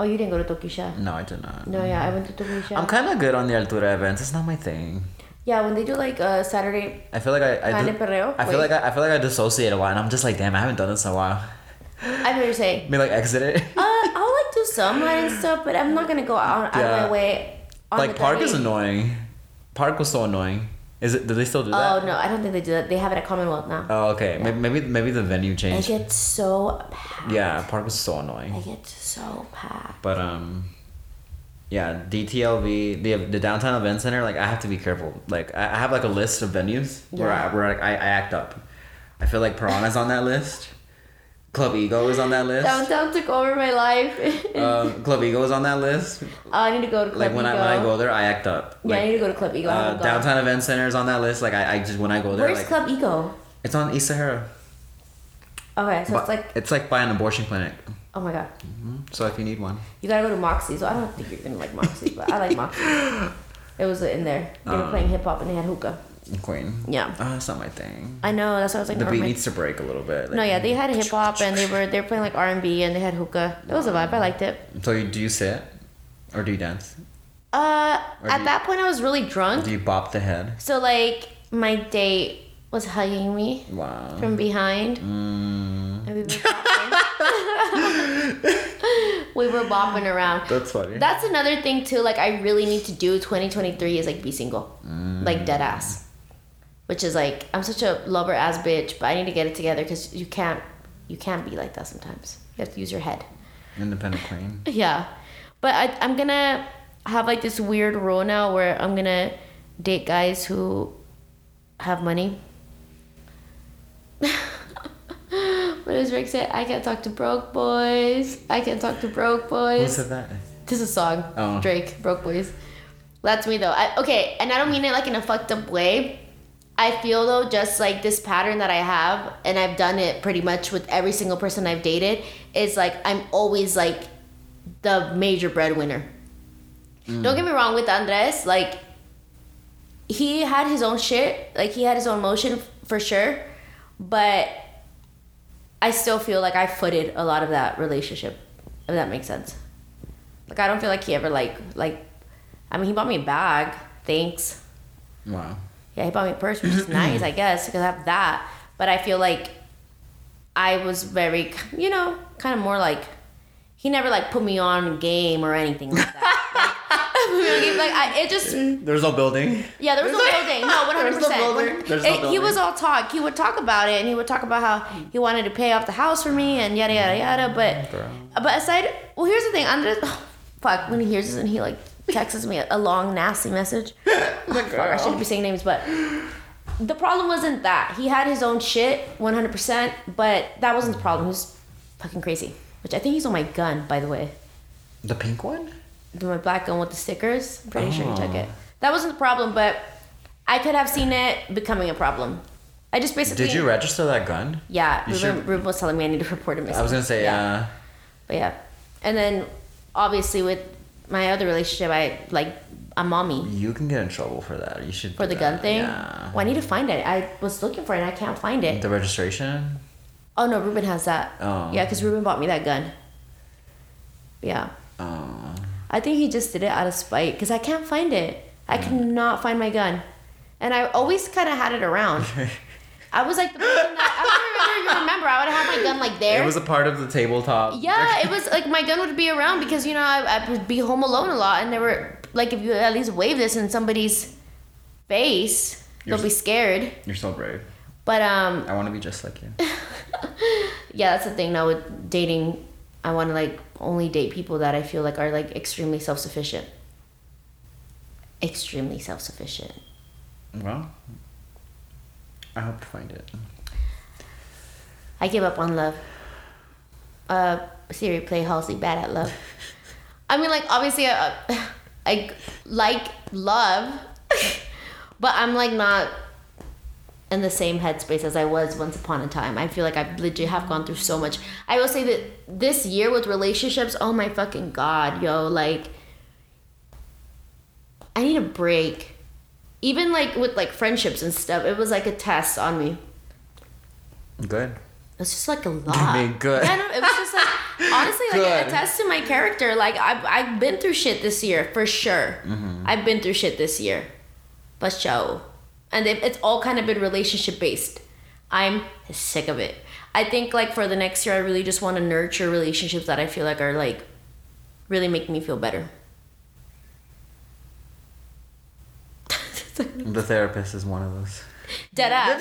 Speaker 2: Oh, you didn't go to Tokisha.
Speaker 3: No, I did not.
Speaker 2: No, yeah, I went to Tokisha.
Speaker 3: Mm-hmm. I'm kind of good on the altura events. It's not my thing.
Speaker 2: yeah, when they do like uh, Saturday,
Speaker 3: I feel like I, I,
Speaker 2: Carne
Speaker 3: di-
Speaker 2: perreo?
Speaker 3: I feel
Speaker 2: Wait.
Speaker 3: like I, I feel like I dissociate a lot, and I'm just like, damn, I haven't done this in a while.
Speaker 2: I know what you're saying.
Speaker 3: I mean, like exit it.
Speaker 2: Uh, I'll like do some and stuff, but I'm not gonna go out, out of
Speaker 3: Yeah.
Speaker 2: my way. On
Speaker 3: like
Speaker 2: the
Speaker 3: park is
Speaker 2: Saturday.
Speaker 3: annoying. Park was so annoying. Is it? Do they still do that?
Speaker 2: Oh no, I don't think they do that. They have it at Commonwealth now.
Speaker 3: Oh, okay. Maybe, maybe maybe the venue
Speaker 2: I
Speaker 3: changed.
Speaker 2: get so packed.
Speaker 3: Yeah, park was so annoying.
Speaker 2: I get so packed.
Speaker 3: But um, yeah, DTLV, the the downtown event center. Like I have to be careful. Like I, I have like a list of venues where
Speaker 2: Yeah.
Speaker 3: I where like, I, I act up. I feel like Piranha's on that list. Club Ego is on that list.
Speaker 2: Downtown took over my life.
Speaker 3: Um, Club Ego is on that list.
Speaker 2: oh, I need to go to Club
Speaker 3: Like when I when I
Speaker 2: Ego.
Speaker 3: go there, I act up.
Speaker 2: yeah, I need
Speaker 3: Like,
Speaker 2: to go to Club Ego. I
Speaker 3: uh,
Speaker 2: haven't gone.
Speaker 3: downtown event center is on that list. Like I, I just when I go there,
Speaker 2: Where's
Speaker 3: like
Speaker 2: Club Ego?
Speaker 3: it's on East Sahara.
Speaker 2: Okay, so
Speaker 3: But
Speaker 2: it's like
Speaker 3: it's like by an abortion clinic.
Speaker 2: Oh my god.
Speaker 3: So if you need one,
Speaker 2: You gotta go to Moxie. So I don't think you're gonna like Moxie, but I like Moxie. It was in there. They
Speaker 3: Uh.
Speaker 2: were playing hip hop and they had hookah.
Speaker 3: Queen.
Speaker 2: Yeah.
Speaker 3: Oh, that's not my thing.
Speaker 2: I know. That's why I was like,
Speaker 3: The
Speaker 2: "Never
Speaker 3: beat
Speaker 2: mind."
Speaker 3: needs to break a little bit.
Speaker 2: no, yeah, they had hip hop and they were they were playing like R and B and they had hookah. It was a vibe. I liked it.
Speaker 3: So you, do you sit, or do you dance?
Speaker 2: Uh,
Speaker 3: Or do
Speaker 2: at
Speaker 3: you-
Speaker 2: that point, I was really
Speaker 3: Do
Speaker 2: drunk.
Speaker 3: you bop the head?
Speaker 2: So like, my date was hugging me
Speaker 3: Wow.
Speaker 2: from behind.
Speaker 3: Mm,
Speaker 2: And we were bopping. we were bopping around.
Speaker 3: that's funny.
Speaker 2: That's another thing too. Like I really need to do 2023 is like be single, like dead ass, which is like I'm such a lover ass bitch, but I need to get it together because you can't you can't be like that sometimes. You have to use your head.
Speaker 3: Independent queen.
Speaker 2: Yeah, but I, I'm gonna have like this weird rule now where I'm gonna date guys who have money. what does Rick say? I can't talk to broke boys. I can't talk to broke
Speaker 3: Who
Speaker 2: boys.
Speaker 3: said that?
Speaker 2: This is a song.
Speaker 3: Oh.
Speaker 2: Drake, Broke Boys. That's me though. I, okay, and I don't mean it like in a fucked up way. I feel though just like this pattern that I have, and I've done it pretty much with every single person I've dated, is like I'm always like the major breadwinner. Don't get me wrong with Andres, like he had his own shit, like he had his own motion f- for sure, but I still feel like I footed a lot of that relationship, if that makes sense. Like I don't feel like he ever like like I mean he bought me a bag, thanks.
Speaker 3: Wow.
Speaker 2: Yeah, he bought me a purse, which is nice, I guess, because I have that. But I feel like I was very, you know, kind of more like he never like put me on game or anything like that. Like, put me on game, like I, it just
Speaker 3: There's no building.
Speaker 2: yeah, there was no building. No, one hundred
Speaker 3: There's no building.
Speaker 2: percent.
Speaker 3: There's no
Speaker 2: He
Speaker 3: building.
Speaker 2: was all talk. He would talk about it, and he would talk about how he wanted to pay off the house for me, and yada yada yada. But
Speaker 3: Bro.
Speaker 2: but aside, well, here's the thing. Andres, fuck, when he hears this, and he like texts me a, a long nasty message. fuck, I shouldn't be saying names, but the problem wasn't that he had his own shit, one hundred percent. But that wasn't the problem. He was fucking crazy, which I think he's on my gun, by the way
Speaker 3: The pink one?
Speaker 2: the- my black gun with the stickers. I'm pretty sure he took
Speaker 3: Oh.
Speaker 2: it. That wasn't the problem, but I could have seen it becoming a problem. I just basically
Speaker 3: Did you register that gun?
Speaker 2: Yeah,
Speaker 3: you
Speaker 2: Ruben,
Speaker 3: should-
Speaker 2: Ruben was telling me I need to report him.
Speaker 3: I was gonna say, yeah.
Speaker 2: but yeah, and then obviously with my other relationship, I like a mommy
Speaker 3: uh, you can get in trouble for that. You should.
Speaker 2: for
Speaker 3: do
Speaker 2: the gun
Speaker 3: that.
Speaker 2: thing.
Speaker 3: Yeah.
Speaker 2: Well, I need to find it. I was looking for it and I can't find it.
Speaker 3: The registration.
Speaker 2: Oh no, Ruben has that.
Speaker 3: Oh.
Speaker 2: Yeah, because Ruben bought me that gun. Yeah,
Speaker 3: Oh.
Speaker 2: I think he just did it out of spite because I can't find it. I
Speaker 3: Mm.
Speaker 2: could not find my gun, and I always kind of had it around. I was like the person that I don't even remember. I would have had my gun like there.
Speaker 3: It was a part of the tabletop.
Speaker 2: yeah, it was like my gun would be around because you know I, I would be home alone a lot, and there were like if you at least wave this in somebody's face,
Speaker 3: You're
Speaker 2: they'll be scared.
Speaker 3: You're so brave.
Speaker 2: But um,
Speaker 3: I want to be just like you.
Speaker 2: yeah, that's the thing now with dating. I want to like only date people that I feel like are like extremely self sufficient. Extremely self sufficient.
Speaker 3: well, I hope to find it.
Speaker 2: I give up on love. Uh, Siri, play Halsey. Bad at love. I mean, like obviously, I, I like love, but I'm like not in the same headspace as I was once upon a time. I feel like I legit have gone through so much. I will say that this year with relationships, oh my fucking god, yo, like I need a break. Even like with like friendships and stuff, it was like a test on me.
Speaker 3: Good.
Speaker 2: It was just like a lot.
Speaker 3: mean, good.
Speaker 2: Yeah, no, it was just like honestly, like
Speaker 3: Good.
Speaker 2: it attests to my character. Like I've I've been through shit this year for sure.
Speaker 3: Mm-hmm.
Speaker 2: I've been through shit this year, but show, and it, it's all kind of been relationship based. I'm sick of it. I think like for the next year, I really just want to nurture relationships that I feel like are like really make me feel better.
Speaker 3: The therapist is one of those.
Speaker 2: dead ass.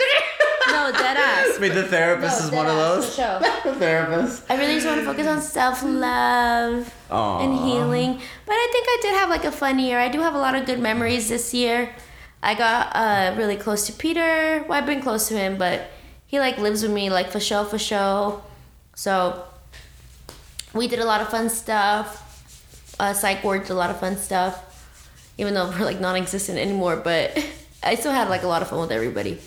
Speaker 2: no, dead
Speaker 3: I
Speaker 2: ass.
Speaker 3: mean, the therapist
Speaker 2: No,
Speaker 3: is one of
Speaker 2: deadass,
Speaker 3: those.
Speaker 2: for sure.
Speaker 3: the therapist.
Speaker 2: I really just want to focus on self love.
Speaker 3: Aww.
Speaker 2: and healing. But I think I did have like a fun year. I do have a lot of good memories this year. I got uh, really close to Peter. Well, I've been close to him, but he like lives with me like for show for show. So we did a lot of fun stuff. Uh, Psych Ward did a lot of fun stuff, even though we're like non-existent anymore. But I still had like a lot of fun with everybody.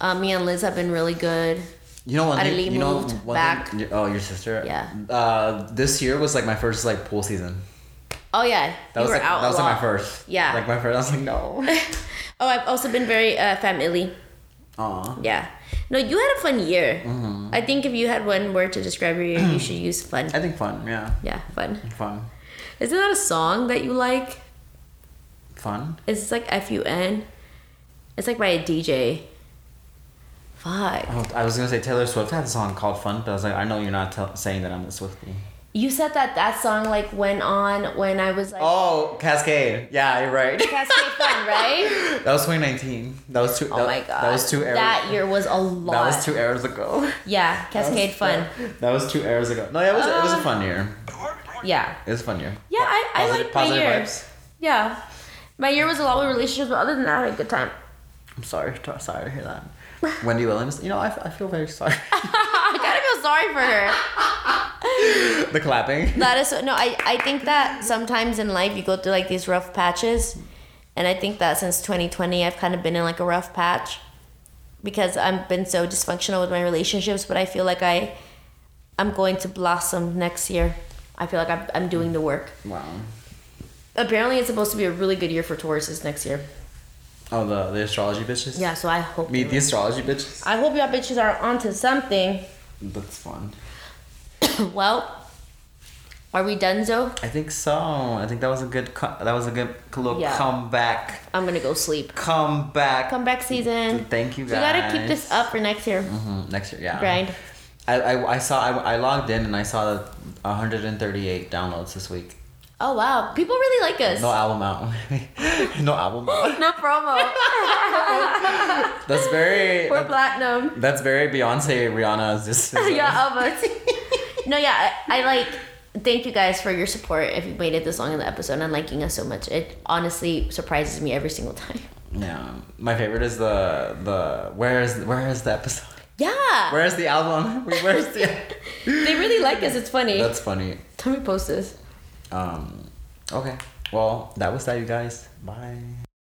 Speaker 2: Uh, me and Liz have been really good.
Speaker 3: You know, what?
Speaker 2: Adelie
Speaker 3: you know,
Speaker 2: moved
Speaker 3: one
Speaker 2: back.
Speaker 3: thing- oh, your sister.
Speaker 2: Yeah.
Speaker 3: Uh, this year was like my first like pool season.
Speaker 2: Oh yeah,
Speaker 3: That
Speaker 2: you
Speaker 3: was
Speaker 2: were
Speaker 3: like,
Speaker 2: out.
Speaker 3: that
Speaker 2: a
Speaker 3: was like my
Speaker 2: lot.
Speaker 3: first.
Speaker 2: Yeah.
Speaker 3: Like my first. I was like no.
Speaker 2: oh, I've also been very uh, family.
Speaker 3: Aw.
Speaker 2: Yeah. No, you had a fun year.
Speaker 3: Mm.
Speaker 2: I think if you had one word to describe your year, you should use fun.
Speaker 3: Mm-hmm. I think fun. Yeah.
Speaker 2: Yeah, fun.
Speaker 3: Fun.
Speaker 2: Isn't that a song that you like?
Speaker 3: Fun.
Speaker 2: It's like F U N. It's like by a DJ. Fuck.
Speaker 3: Oh, I was gonna say Taylor Swift had a song called Fun, but I was like, I know you're not tell saying that I'm a Swiftie.
Speaker 2: You said that that song like went on when I was like
Speaker 3: Oh, Cascade. Yeah, you're right.
Speaker 2: Cascade Fun, right?
Speaker 3: That was 2019. That was two.
Speaker 2: Oh
Speaker 3: that,
Speaker 2: my god.
Speaker 3: That was two eras.
Speaker 2: That year was a lot.
Speaker 3: That was two eras ago.
Speaker 2: Yeah, Cascade Fun.
Speaker 3: That, was two eras ago. No, yeah, it was it was a fun year.
Speaker 2: Yeah.
Speaker 3: It was a fun year.
Speaker 2: Yeah, I, I
Speaker 3: Positive-
Speaker 2: like my
Speaker 3: positive
Speaker 2: year.
Speaker 3: vibes.
Speaker 2: Yeah. My year was a lot with relationships, but other than that, I had a good time.
Speaker 3: I'm sorry. t- Sorry to hear that. Wendy Williams. You know, I, f- I feel very sorry.
Speaker 2: I gotta feel sorry for her.
Speaker 3: the clapping.
Speaker 2: That is so, no, I, I think that sometimes in life you go through like these rough patches, and I think that since 2020 I've kind of been in like a rough patch because I've been so dysfunctional with my relationships, but I feel like I I'm going to blossom next year. I feel like I'm, I'm doing the work.
Speaker 3: Wow.
Speaker 2: Apparently, it's supposed to be a really good year for Tauruses next year.
Speaker 3: Oh, the the astrology bitches.
Speaker 2: Yeah, so I hope.
Speaker 3: Meet the astrology bitches.
Speaker 2: I hope y'all bitches are onto something.
Speaker 3: That's fun.
Speaker 2: well, are we done, Zo?
Speaker 3: I think so. I think that was a good. Co- that was a good little
Speaker 2: Yeah.
Speaker 3: comeback.
Speaker 2: I'm gonna go sleep.
Speaker 3: Comeback.
Speaker 2: Comeback season.
Speaker 3: Thank you guys.
Speaker 2: We gotta keep this up for next year.
Speaker 3: Mhm, Next year, yeah.
Speaker 2: Grind.
Speaker 3: I, I, I saw I, I logged in and I saw that 138 downloads this week.
Speaker 2: Oh wow, people really like us.
Speaker 3: No album out. no album out.
Speaker 2: No promo.
Speaker 3: That's very
Speaker 2: We're
Speaker 3: that-
Speaker 2: platinum.
Speaker 3: that's very Beyonce Rihanna's just
Speaker 2: yeah, of us. no, yeah, I, I like. Thank you guys for your support. If you made it this long in the episode and liking us so much, it honestly surprises me every single time.
Speaker 3: Yeah. My favorite is the the where is where is the episode?
Speaker 2: Yeah,
Speaker 3: Where is the album? Where's the
Speaker 2: they really like us. It's funny.
Speaker 3: That's funny.
Speaker 2: Let me post this.
Speaker 3: Um okay. Well, that was that you guys. Bye.